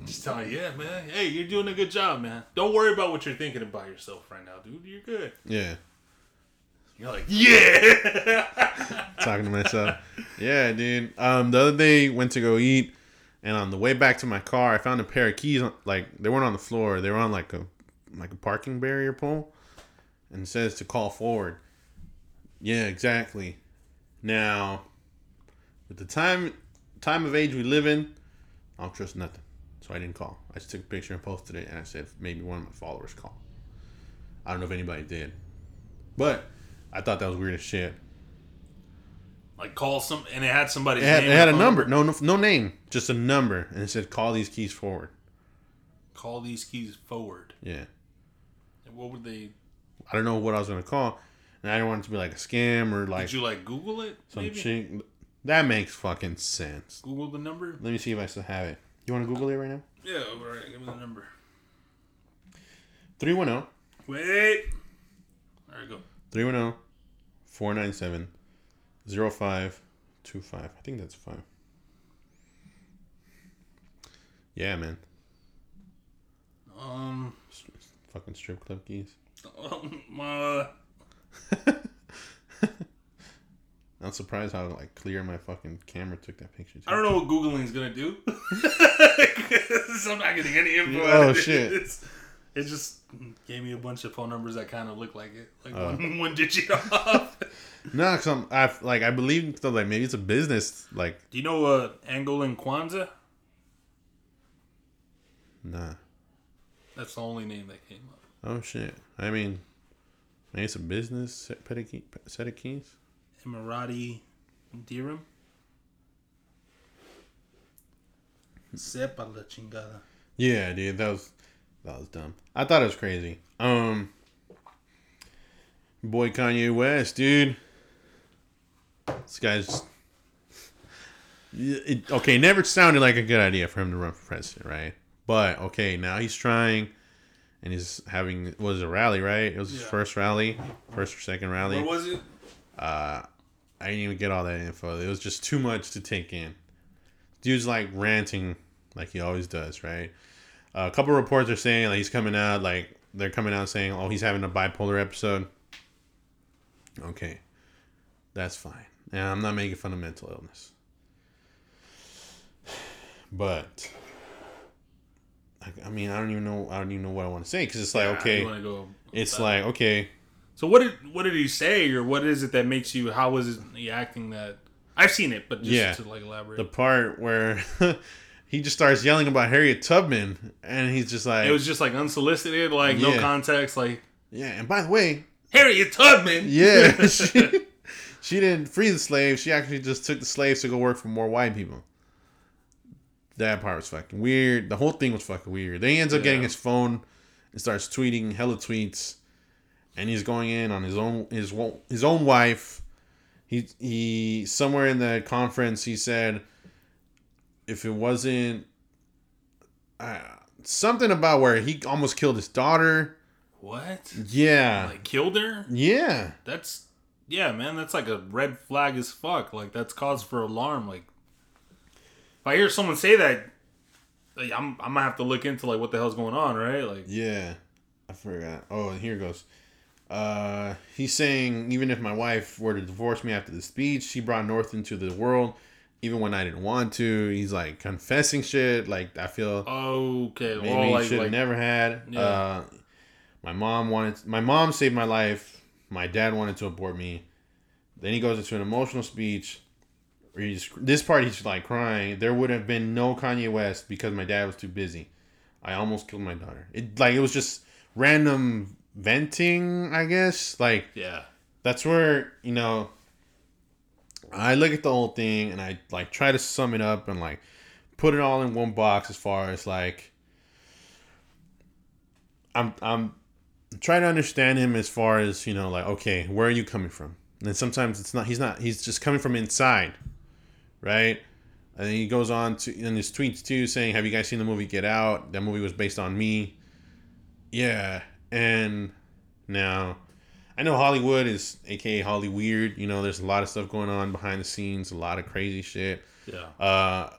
[SPEAKER 2] Just telling you, yeah, man. Hey, you're doing a good job, man. Don't worry about what you're thinking about yourself right now, dude. You're good.
[SPEAKER 1] yeah,
[SPEAKER 2] You're like, yeah.
[SPEAKER 1] talking to myself. yeah, dude. Um, the other day went to go eat, and on the way back to my car, I found a pair of keys. On, like they weren't on the floor; they were on like a like a parking barrier pole, and it says to call forward. Yeah, exactly. Now, with the time time of age we live in, I don't trust nothing. So I didn't call. I just took a picture and posted it, and I said maybe one of my followers call. I don't know if anybody did, but I thought that was weird as shit.
[SPEAKER 2] like call some, and it had somebody's
[SPEAKER 1] It had,
[SPEAKER 2] name.
[SPEAKER 1] it
[SPEAKER 2] on
[SPEAKER 1] had
[SPEAKER 2] the
[SPEAKER 1] a
[SPEAKER 2] phone.
[SPEAKER 1] number, no, no, no name, just a number, and it said, "Call these keys forward."
[SPEAKER 2] Call these keys forward.
[SPEAKER 1] Yeah,
[SPEAKER 2] And what would they?
[SPEAKER 1] I don't know what I was gonna call, and I didn't want it to be like a scam or like
[SPEAKER 2] Did you like Google it?
[SPEAKER 1] some
[SPEAKER 2] maybe?
[SPEAKER 1] chick. That makes fucking sense.
[SPEAKER 2] Google the number.
[SPEAKER 1] Let me see if I still have it. You want to Google it right now?
[SPEAKER 2] Yeah, all right. Give me the number.
[SPEAKER 1] Three one oh, zero.
[SPEAKER 2] Wait. There we go.
[SPEAKER 1] 310 497 0525. I think that's five. Yeah, man.
[SPEAKER 2] Um,
[SPEAKER 1] S- s- Fucking strip club keys.
[SPEAKER 2] uh,
[SPEAKER 1] I'm surprised how like clear my fucking camera took that picture. Too.
[SPEAKER 2] I don't know what googling is gonna do. 'Cause I'm not getting any info.
[SPEAKER 1] Oh,
[SPEAKER 2] out of
[SPEAKER 1] shit.
[SPEAKER 2] It's, it just gave me a bunch of phone numbers that kind of look like it, like
[SPEAKER 1] Oh.
[SPEAKER 2] one, one digit off.
[SPEAKER 1] No, cause I'm I like I believe so, like maybe it's a business like
[SPEAKER 2] do you know uh, Angolan Kwanzaa?
[SPEAKER 1] nah.
[SPEAKER 2] That's the only name that came up.
[SPEAKER 1] Oh shit. I mean, maybe it's a business set, petty key, set of keys.
[SPEAKER 2] Emirati dirham. Sepa la chingada.
[SPEAKER 1] Yeah, dude, that was that was dumb. I thought it was crazy. Um, boy Kanye West, dude, this guy's Yeah, it, okay. Never sounded like a good idea for him to run for president, right? But okay, now he's trying, and he's having was a rally, right? It was his
[SPEAKER 2] Yeah.
[SPEAKER 1] first rally, first or second rally.
[SPEAKER 2] Where was it?
[SPEAKER 1] Uh, I didn't even get all that info. It was just too much to take in. Dude's like ranting, like he always does, right? Uh, a couple reports are saying like he's coming out, like they're coming out saying, oh, he's having a bipolar episode. Okay, that's fine. And I'm not making fun of mental illness, but I, I mean, I don't even know. I don't even know what I want to say because it's like,
[SPEAKER 2] Yeah, you
[SPEAKER 1] okay,
[SPEAKER 2] wanna go
[SPEAKER 1] it's
[SPEAKER 2] back.
[SPEAKER 1] like okay,
[SPEAKER 2] So what did what did he say, or what is it that makes you? How was he acting that? I've seen it, but just
[SPEAKER 1] Yeah.
[SPEAKER 2] to like elaborate,
[SPEAKER 1] the part where he just starts yelling about Harriet Tubman, and he's just like,
[SPEAKER 2] it was just like unsolicited, like no
[SPEAKER 1] Yeah.
[SPEAKER 2] context, like
[SPEAKER 1] "Yeah." And by the way,
[SPEAKER 2] Harriet Tubman.
[SPEAKER 1] yeah, she, she didn't free the slaves. She actually just took the slaves to go work for more white people. That part was fucking weird. The whole thing was fucking weird. Then he ends up getting
[SPEAKER 2] Yeah.
[SPEAKER 1] his phone and starts tweeting hella tweets, and he's going in on his own his wo- his own wife. He he somewhere in the conference he said, if it wasn't uh, something about where he almost killed his daughter.
[SPEAKER 2] what?
[SPEAKER 1] Yeah,
[SPEAKER 2] Like killed her?
[SPEAKER 1] yeah.
[SPEAKER 2] That's yeah, man. That's like a red flag as fuck. Like that's cause for alarm. Like if I hear someone say that, like, I'm I'm gonna have to look into like what the hell's going on, right? Like
[SPEAKER 1] Yeah, I forgot. Oh, and here it goes. Uh, he's saying even if my wife were to divorce me after the speech, she brought North into the world, even when I didn't want to. He's like confessing shit. Like I feel
[SPEAKER 2] okay,
[SPEAKER 1] maybe
[SPEAKER 2] well, like,
[SPEAKER 1] should have
[SPEAKER 2] like
[SPEAKER 1] never had.
[SPEAKER 2] Yeah.
[SPEAKER 1] Uh, my mom wanted. My mom saved my life. My dad wanted to abort me. Then he goes into an emotional speech. Where he's this part he's like crying. There would have been no Kanye West because my dad was too busy. I almost killed my daughter. It like it was just random venting, I guess. Like
[SPEAKER 2] yeah,
[SPEAKER 1] that's where you know i look at the whole thing and i like try to sum it up and like put it all in one box as far as like i'm i'm trying to understand him as far as you know like okay where are you coming from and then sometimes it's not he's not he's just coming from inside right and then he goes on to in his tweets too saying have you guys seen the movie get out that movie was based on me yeah and now I know Hollywood is aka Holly Weird. You know, there's a lot of stuff going on behind the scenes, a lot of crazy shit.
[SPEAKER 2] yeah,
[SPEAKER 1] Uh,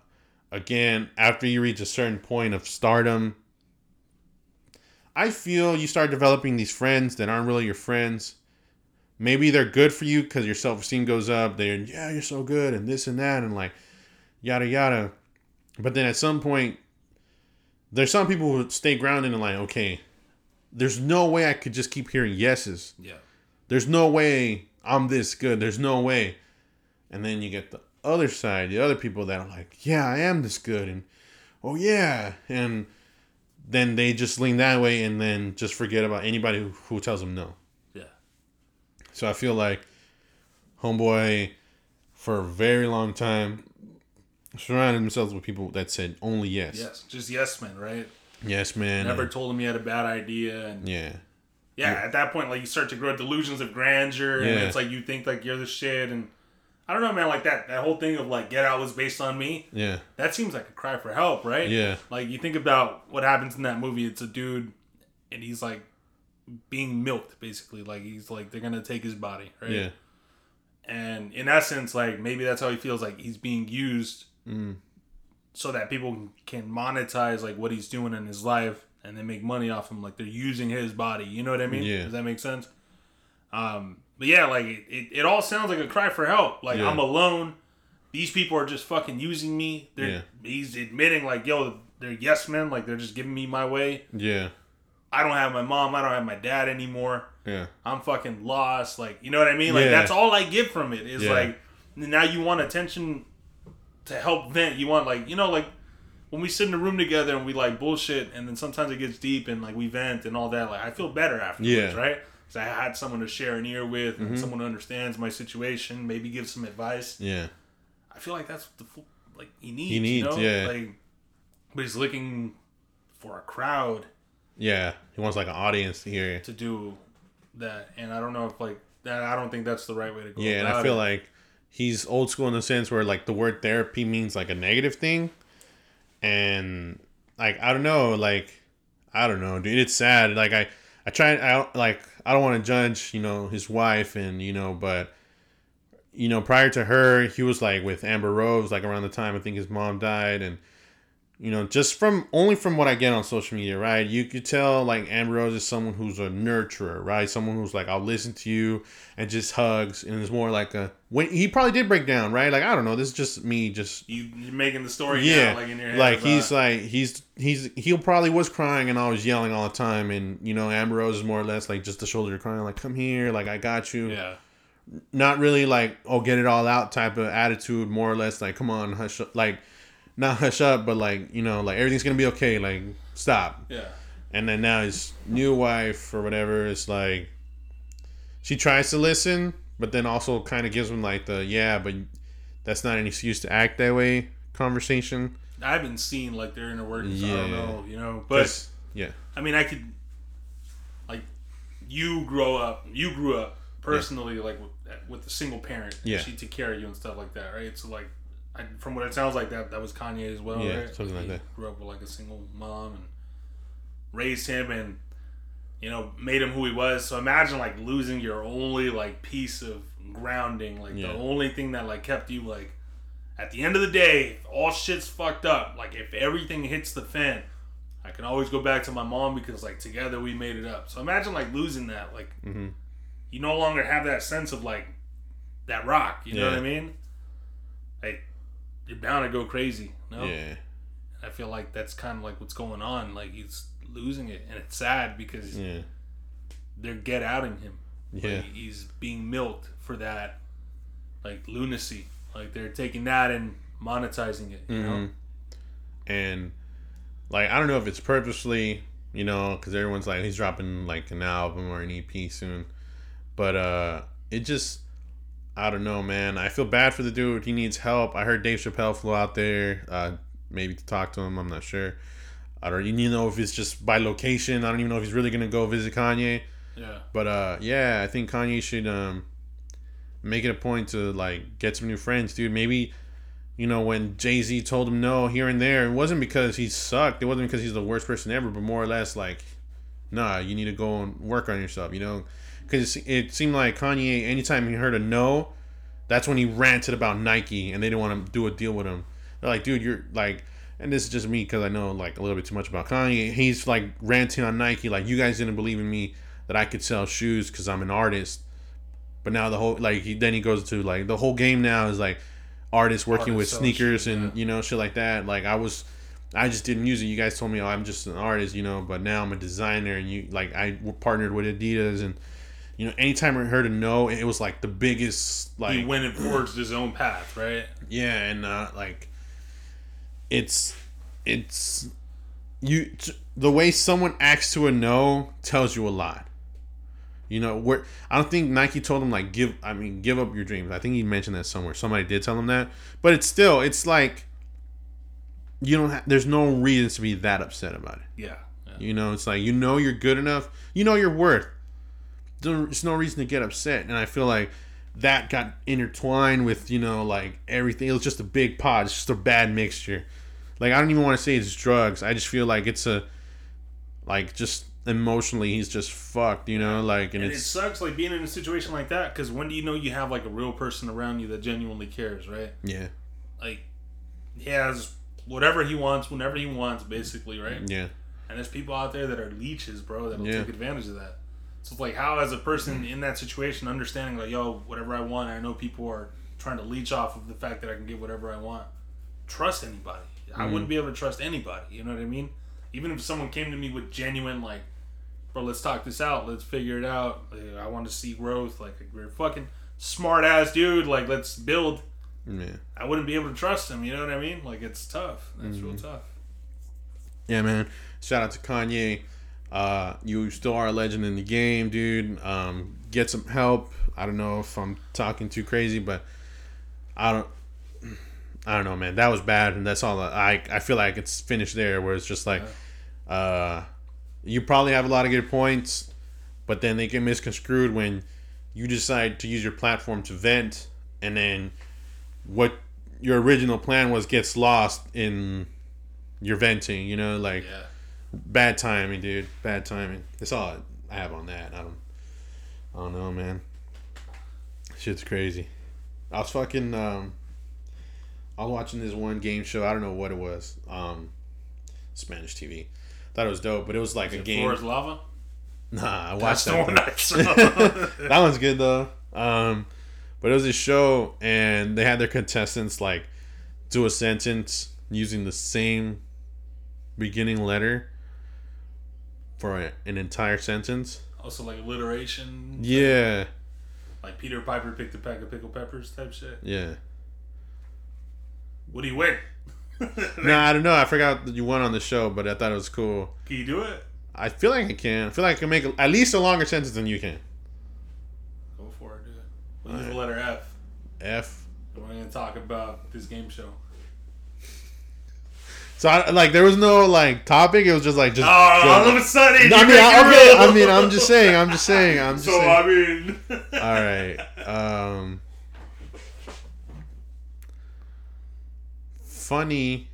[SPEAKER 1] again, after you reach a certain point of stardom, I feel you start developing these friends that aren't really your friends. Maybe they're good for you because your self esteem goes up. They're yeah, you're so good and this and that and like yada yada. But then at some point, there's some people who stay grounded and like okay, there's no way I could just keep hearing yeses.
[SPEAKER 2] yeah.
[SPEAKER 1] There's no way I'm this good. There's no way. And then you get the other side, the other people that are like, yeah, I am this good. And oh, yeah. And then they just lean that way and then just forget about anybody who, who tells them no.
[SPEAKER 2] Yeah.
[SPEAKER 1] So I feel like Homeboy, for a very long time, surrounded themselves with people that said only yes. Yes,
[SPEAKER 2] Yes, just yes men, right?
[SPEAKER 1] man.
[SPEAKER 2] Never told him he had a bad idea, and
[SPEAKER 1] Yeah.
[SPEAKER 2] yeah, at that point, like you start to grow delusions of grandeur, and
[SPEAKER 1] Yeah.
[SPEAKER 2] it's like you think like you're the shit, and I don't know, man. Like that that whole thing of like Get Out was based on me.
[SPEAKER 1] Yeah.
[SPEAKER 2] That seems like a cry for help, right?
[SPEAKER 1] Yeah.
[SPEAKER 2] Like you think about what happens in that movie. It's a dude, and he's like being milked basically. Like he's like they're gonna take his body, right?
[SPEAKER 1] Yeah.
[SPEAKER 2] And in essence, like maybe that's how he feels. Like he's being used
[SPEAKER 1] Mm.
[SPEAKER 2] so that people can monetize like what he's doing in his life and they make money off him like they're using his body you know what i mean
[SPEAKER 1] Yeah.
[SPEAKER 2] does that make sense um but yeah like it, it, it all sounds like a cry for help like
[SPEAKER 1] Yeah.
[SPEAKER 2] i'm alone these people are just fucking using me they're
[SPEAKER 1] Yeah.
[SPEAKER 2] he's admitting like yo they're yes men like they're just giving me my way
[SPEAKER 1] Yeah.
[SPEAKER 2] i don't have my mom i don't have my dad anymore
[SPEAKER 1] Yeah.
[SPEAKER 2] I'm fucking lost. Like, you know what I mean? Like,
[SPEAKER 1] Yeah.
[SPEAKER 2] that's all I get from it is
[SPEAKER 1] Yeah.
[SPEAKER 2] like, now you want attention to help vent. You want, like, you know, like when we sit in a room together and we like bullshit and then sometimes it gets deep and like we vent and all that, like, I feel better afterwards,
[SPEAKER 1] Yeah. Mm-hmm.
[SPEAKER 2] right? Because I had someone to share an ear with and someone who understands my situation, maybe give some advice.
[SPEAKER 1] Yeah.
[SPEAKER 2] I feel like that's what the full, like he needs.
[SPEAKER 1] He
[SPEAKER 2] you know?
[SPEAKER 1] needs, yeah.
[SPEAKER 2] Like, but he's looking for a crowd
[SPEAKER 1] Yeah. He wants like an audience to hear you.
[SPEAKER 2] to do that, and I don't know if like that. I don't think that's the right way to go.
[SPEAKER 1] Yeah, and I
[SPEAKER 2] about
[SPEAKER 1] feel
[SPEAKER 2] it.
[SPEAKER 1] like he's old school in the sense where like the word therapy means like a negative thing, and like I don't know, like I don't know, dude. It's sad. Like I, I try. I don't like. I don't want to judge, you know, his wife, and you know, but you know, prior to her, he was like with Amber Rose, like around the time I think his mom died, and you know, just from only from what I get on social media, right? You could tell like Amber Rose is someone who's a nurturer, right? Someone who's like, I'll listen to you and just hugs, and it's more like a when he probably did break down, right? Like I don't know. This is just me, just
[SPEAKER 2] You, you're making the story
[SPEAKER 1] yeah,
[SPEAKER 2] now, like in your head.
[SPEAKER 1] like
[SPEAKER 2] about-
[SPEAKER 1] he's like he's he's he probably was crying and I was yelling all the time, and you know Amber Rose is more or less like just the shoulder crying, like come here, like I got you,
[SPEAKER 2] yeah,
[SPEAKER 1] not really like oh get it all out type of attitude, more or less like come on hush up, like not hush up, but like you know like everything's gonna be okay, like stop.
[SPEAKER 2] yeah,
[SPEAKER 1] And then now his new wife or whatever is like, she tries to listen, but then also kind of gives him like the yeah, but that's not an excuse to act that way conversation.
[SPEAKER 2] I haven't seen like their inner workings. I don't
[SPEAKER 1] Yeah.
[SPEAKER 2] know, you know, but
[SPEAKER 1] 'Cause- yeah.
[SPEAKER 2] I mean, I could like you grow up, you grew up personally, like with, with a single parent. and
[SPEAKER 1] Yeah.
[SPEAKER 2] she took care of you and stuff like that, right? So like, I, from what it sounds like, that that was Kanye as well,
[SPEAKER 1] Yeah,
[SPEAKER 2] right?
[SPEAKER 1] something like
[SPEAKER 2] He
[SPEAKER 1] that.
[SPEAKER 2] Grew up with like a single mom and raised him and you know made him who he was. So imagine like losing your only like piece of grounding, like
[SPEAKER 1] Yeah.
[SPEAKER 2] the only thing that like kept you like at the end of the day, if all shit's fucked up. Like if everything hits the fan, I can always go back to my mom because like together we made it up. So imagine like losing that. Like
[SPEAKER 1] Mm-hmm.
[SPEAKER 2] you no longer have that sense of like that rock. You know what I
[SPEAKER 1] Yeah.
[SPEAKER 2] mean? Like you're bound to go crazy. No,
[SPEAKER 1] Yeah.
[SPEAKER 2] I feel like that's kind of like what's going on. Like he's losing it, and it's sad because
[SPEAKER 1] Yeah.
[SPEAKER 2] they're get outing him. Like,
[SPEAKER 1] Yeah.
[SPEAKER 2] he's being milked for that like lunacy. Like they're taking that and monetizing it. You know.
[SPEAKER 1] Mhm. And like I don't know if it's purposely, you know, because everyone's like he's dropping like an album or an EP soon, but uh, it just I don't know, man. I feel bad for the dude. He needs help. I heard Dave Chappelle flew out there, uh, maybe to talk to him. I'm not sure. I don't even know if it's just by location. I don't even know if he's really gonna go visit Kanye.
[SPEAKER 2] Yeah.
[SPEAKER 1] But uh, yeah, I think Kanye should um make it a point to like get some new friends, dude. Maybe you know when Jay Z told him no here and there, it wasn't because he sucked. It wasn't because he's the worst person ever, but more or less like, nah, you need to go and work on yourself, you know. Because it seemed like Kanye, anytime he heard a no, that's when he ranted about Nike and they didn't want to do a deal with him. They're like, dude, you're like, and this is just me because I know like a little bit too much about Kanye. He's like ranting on Nike, like, you guys didn't believe in me that I could sell shoes because I'm an artist. But now the whole, like, he, then he goes to like the whole game now is like artists working
[SPEAKER 2] Artists
[SPEAKER 1] with
[SPEAKER 2] sell
[SPEAKER 1] sneakers
[SPEAKER 2] shoes,
[SPEAKER 1] and,
[SPEAKER 2] yeah.
[SPEAKER 1] you know, shit like that. Like, I was, I just did music. You guys told me, oh, I'm just an artist, you know, but now I'm a designer and you, like, I partnered with Adidas and, you know, anytime I heard a no, it was like the biggest, like,
[SPEAKER 2] he went and forged his own path, right?
[SPEAKER 1] yeah, and uh, like, it's, it's, you. t- The way someone acts to a no tells you a lot. You know, where I don't think Nike told him like give. I mean, give up your dreams. I think he mentioned that somewhere. Somebody did tell him that, but it's still, it's like, you don't. Ha- there's no reason to be that upset about it.
[SPEAKER 2] Yeah. yeah.
[SPEAKER 1] You know, it's like you know you're good enough. You know your worth. There- There's no reason to get upset. And I feel like that got intertwined with you know like everything. It was just a big pot. It's just a bad mixture. Like I don't even want to say it's drugs. I just feel like it's a like just emotionally he's just fucked. You know, like and,
[SPEAKER 2] And it
[SPEAKER 1] it's,
[SPEAKER 2] sucks like being in a situation like that because when do you know you have like a real person around you that genuinely cares, right?
[SPEAKER 1] yeah,
[SPEAKER 2] Like he has whatever he wants, whenever he wants, basically, right?
[SPEAKER 1] yeah,
[SPEAKER 2] And there's people out there that are leeches, bro, that'll
[SPEAKER 1] Yeah. Mm.
[SPEAKER 2] take advantage of that. So it's like how as a person in that situation understanding like, yo, whatever I want, I know people are trying to leech off of the fact that I can get whatever I want. Trust anybody. I
[SPEAKER 1] Mm.
[SPEAKER 2] wouldn't be able to trust anybody, you know what I mean? Even if someone came to me with genuine like, bro, let's talk this out, let's figure it out. Like, I want to see growth, like you're a fucking smart ass dude, like let's build.
[SPEAKER 1] yeah,
[SPEAKER 2] I wouldn't be able to trust him, you know what I mean? Like it's tough. That's real
[SPEAKER 1] Mm-hmm.
[SPEAKER 2] tough.
[SPEAKER 1] yeah, man. Shout out to Kanye. Uh, you still are a legend in the game, dude. Um, get some help. I don't know if I'm talking too crazy, but I don't. I don't know, man. That was bad, and that's all. I I feel like it's finished there, where it's just like, uh, you probably have a lot of good points, but then they get misconstrued when you decide to use your platform to vent, and then what your original plan was gets lost in you're venting, you know, like
[SPEAKER 2] Yeah.
[SPEAKER 1] bad timing, dude. Bad timing. That's all I have on that. I don't. I don't know, man. Shit's crazy. I was fucking. Um, I was watching this one game show. I don't know what it was. Um, Spanish TV. Thought it was dope, but it was like a
[SPEAKER 2] Is it
[SPEAKER 1] game.
[SPEAKER 2] Floor is lava.
[SPEAKER 1] Nah, I
[SPEAKER 2] That's
[SPEAKER 1] watched
[SPEAKER 2] the
[SPEAKER 1] that.
[SPEAKER 2] one
[SPEAKER 1] thing.
[SPEAKER 2] I saw.
[SPEAKER 1] that one's good though. Um, but it was a show, and they had their contestants like do a sentence using the same beginning letter for a, an entire sentence.
[SPEAKER 2] also like alliteration.
[SPEAKER 1] Yeah,
[SPEAKER 2] Like Peter Piper picked a pack of pickled peppers type shit.
[SPEAKER 1] yeah.
[SPEAKER 2] What do you win?
[SPEAKER 1] No, I don't know. I forgot that you won on the show, but I thought it was cool.
[SPEAKER 2] Can you do it?
[SPEAKER 1] I feel like I can. I feel like I can make at least a longer sentence than you can.
[SPEAKER 2] Go for it, do it. We'll use the letter F.
[SPEAKER 1] F.
[SPEAKER 2] We're gonna talk about this game show.
[SPEAKER 1] So I, like there was no like topic. It was just like just.
[SPEAKER 2] Oh, all of
[SPEAKER 1] No,
[SPEAKER 2] a sudden.
[SPEAKER 1] I
[SPEAKER 2] you
[SPEAKER 1] mean,
[SPEAKER 2] make
[SPEAKER 1] I,
[SPEAKER 2] it
[SPEAKER 1] okay.
[SPEAKER 2] real.
[SPEAKER 1] I mean, I'm just saying. I'm just saying. I'm just
[SPEAKER 2] So
[SPEAKER 1] saying.
[SPEAKER 2] I mean.
[SPEAKER 1] All right. Um, funny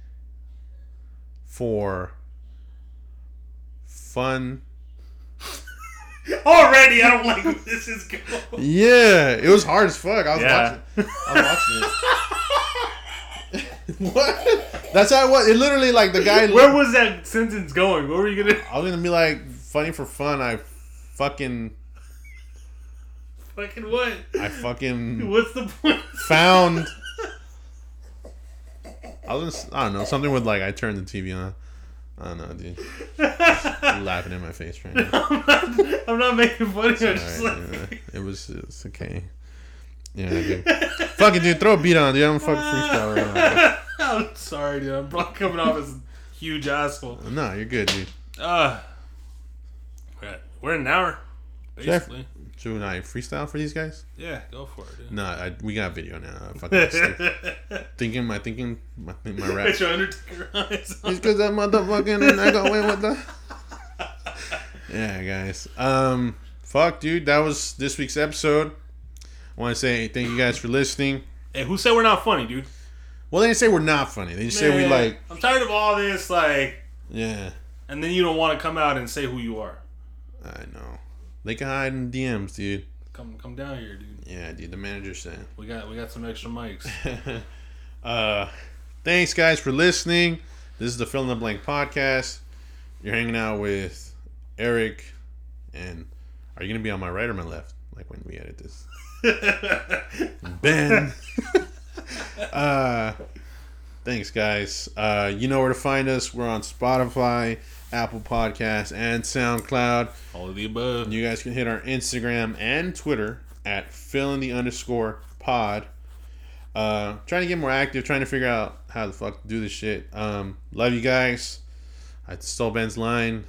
[SPEAKER 1] for fun.
[SPEAKER 2] Already, I don't like where this is going.
[SPEAKER 1] Yeah, it was hard as fuck. I was
[SPEAKER 2] Yeah.
[SPEAKER 1] watching. I was watching it. what? That's how it was. It literally like the guy.
[SPEAKER 2] Where was that sentence going? What were you gonna
[SPEAKER 1] I was gonna be like funny for fun. I fucking.
[SPEAKER 2] fucking what?
[SPEAKER 1] I fucking
[SPEAKER 2] What's the point?
[SPEAKER 1] found. I was. Just, I don't know. Something with like I turned the TV on. I don't know, dude.
[SPEAKER 2] I'm
[SPEAKER 1] laughing in my face right now.
[SPEAKER 2] not, I'm not making funny. I'm just
[SPEAKER 1] Alright,
[SPEAKER 2] like.
[SPEAKER 1] yeah, uh, it was it was okay. Yeah, dude. fucking dude, throw a beat on, dude. I'm a fucking freestyle. Right now.
[SPEAKER 2] I'm sorry, dude. I'm probably coming off as a huge asshole.
[SPEAKER 1] No, you're good, dude.
[SPEAKER 2] Uh, we're, at, we're at an hour,
[SPEAKER 1] Sure.
[SPEAKER 2] basically.
[SPEAKER 1] Should I freestyle for these guys?
[SPEAKER 2] Yeah, go for it.
[SPEAKER 1] No, I, we got video now. I fucking st-
[SPEAKER 2] Dude.
[SPEAKER 1] thinking my thinking my think my rap.
[SPEAKER 2] Put your Undertaker eyes on.
[SPEAKER 1] It's cause that motherfucking and I go in with the Yeah guys. Um fuck dude, that was this week's episode. I wanna say thank you guys for listening.
[SPEAKER 2] Hey, who said we're not funny, dude?
[SPEAKER 1] Well they didn't say we're not funny. They just say we
[SPEAKER 2] Man,
[SPEAKER 1] like
[SPEAKER 2] I'm tired of all this, like,
[SPEAKER 1] yeah.
[SPEAKER 2] and then you don't want to come out and say who you are.
[SPEAKER 1] I know. They can hide in DMs, dude.
[SPEAKER 2] Come, come down here, dude.
[SPEAKER 1] Yeah, dude. The manager said.
[SPEAKER 2] We got, we got some extra mics.
[SPEAKER 1] uh, thanks, guys, for listening. This is the Fill in the Blank podcast. You're hanging out with Eric, and are you gonna be on my right or my left? Like when we edit this, Ben. uh, thanks, guys. Uh, you know where to find us. We're on Spotify, Apple Podcasts, and SoundCloud.
[SPEAKER 2] all of the above.
[SPEAKER 1] You guys can hit our Instagram and Twitter at fill in the underscore pod. Uh, trying to get more active, trying to figure out how the fuck to do this shit. Um, love you guys. I stole Ben's line,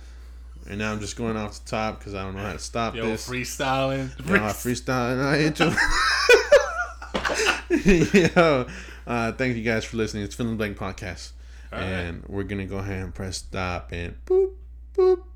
[SPEAKER 1] and now I'm just going off the top because I don't know how to stop
[SPEAKER 2] Yo,
[SPEAKER 1] this.
[SPEAKER 2] freestyling.
[SPEAKER 1] Yo, I freestyle and I hit you. Yo, uh, thank you guys for listening. It's Fill in the Blank Podcast,
[SPEAKER 2] All right.
[SPEAKER 1] and we're gonna go ahead and press stop and boop boop.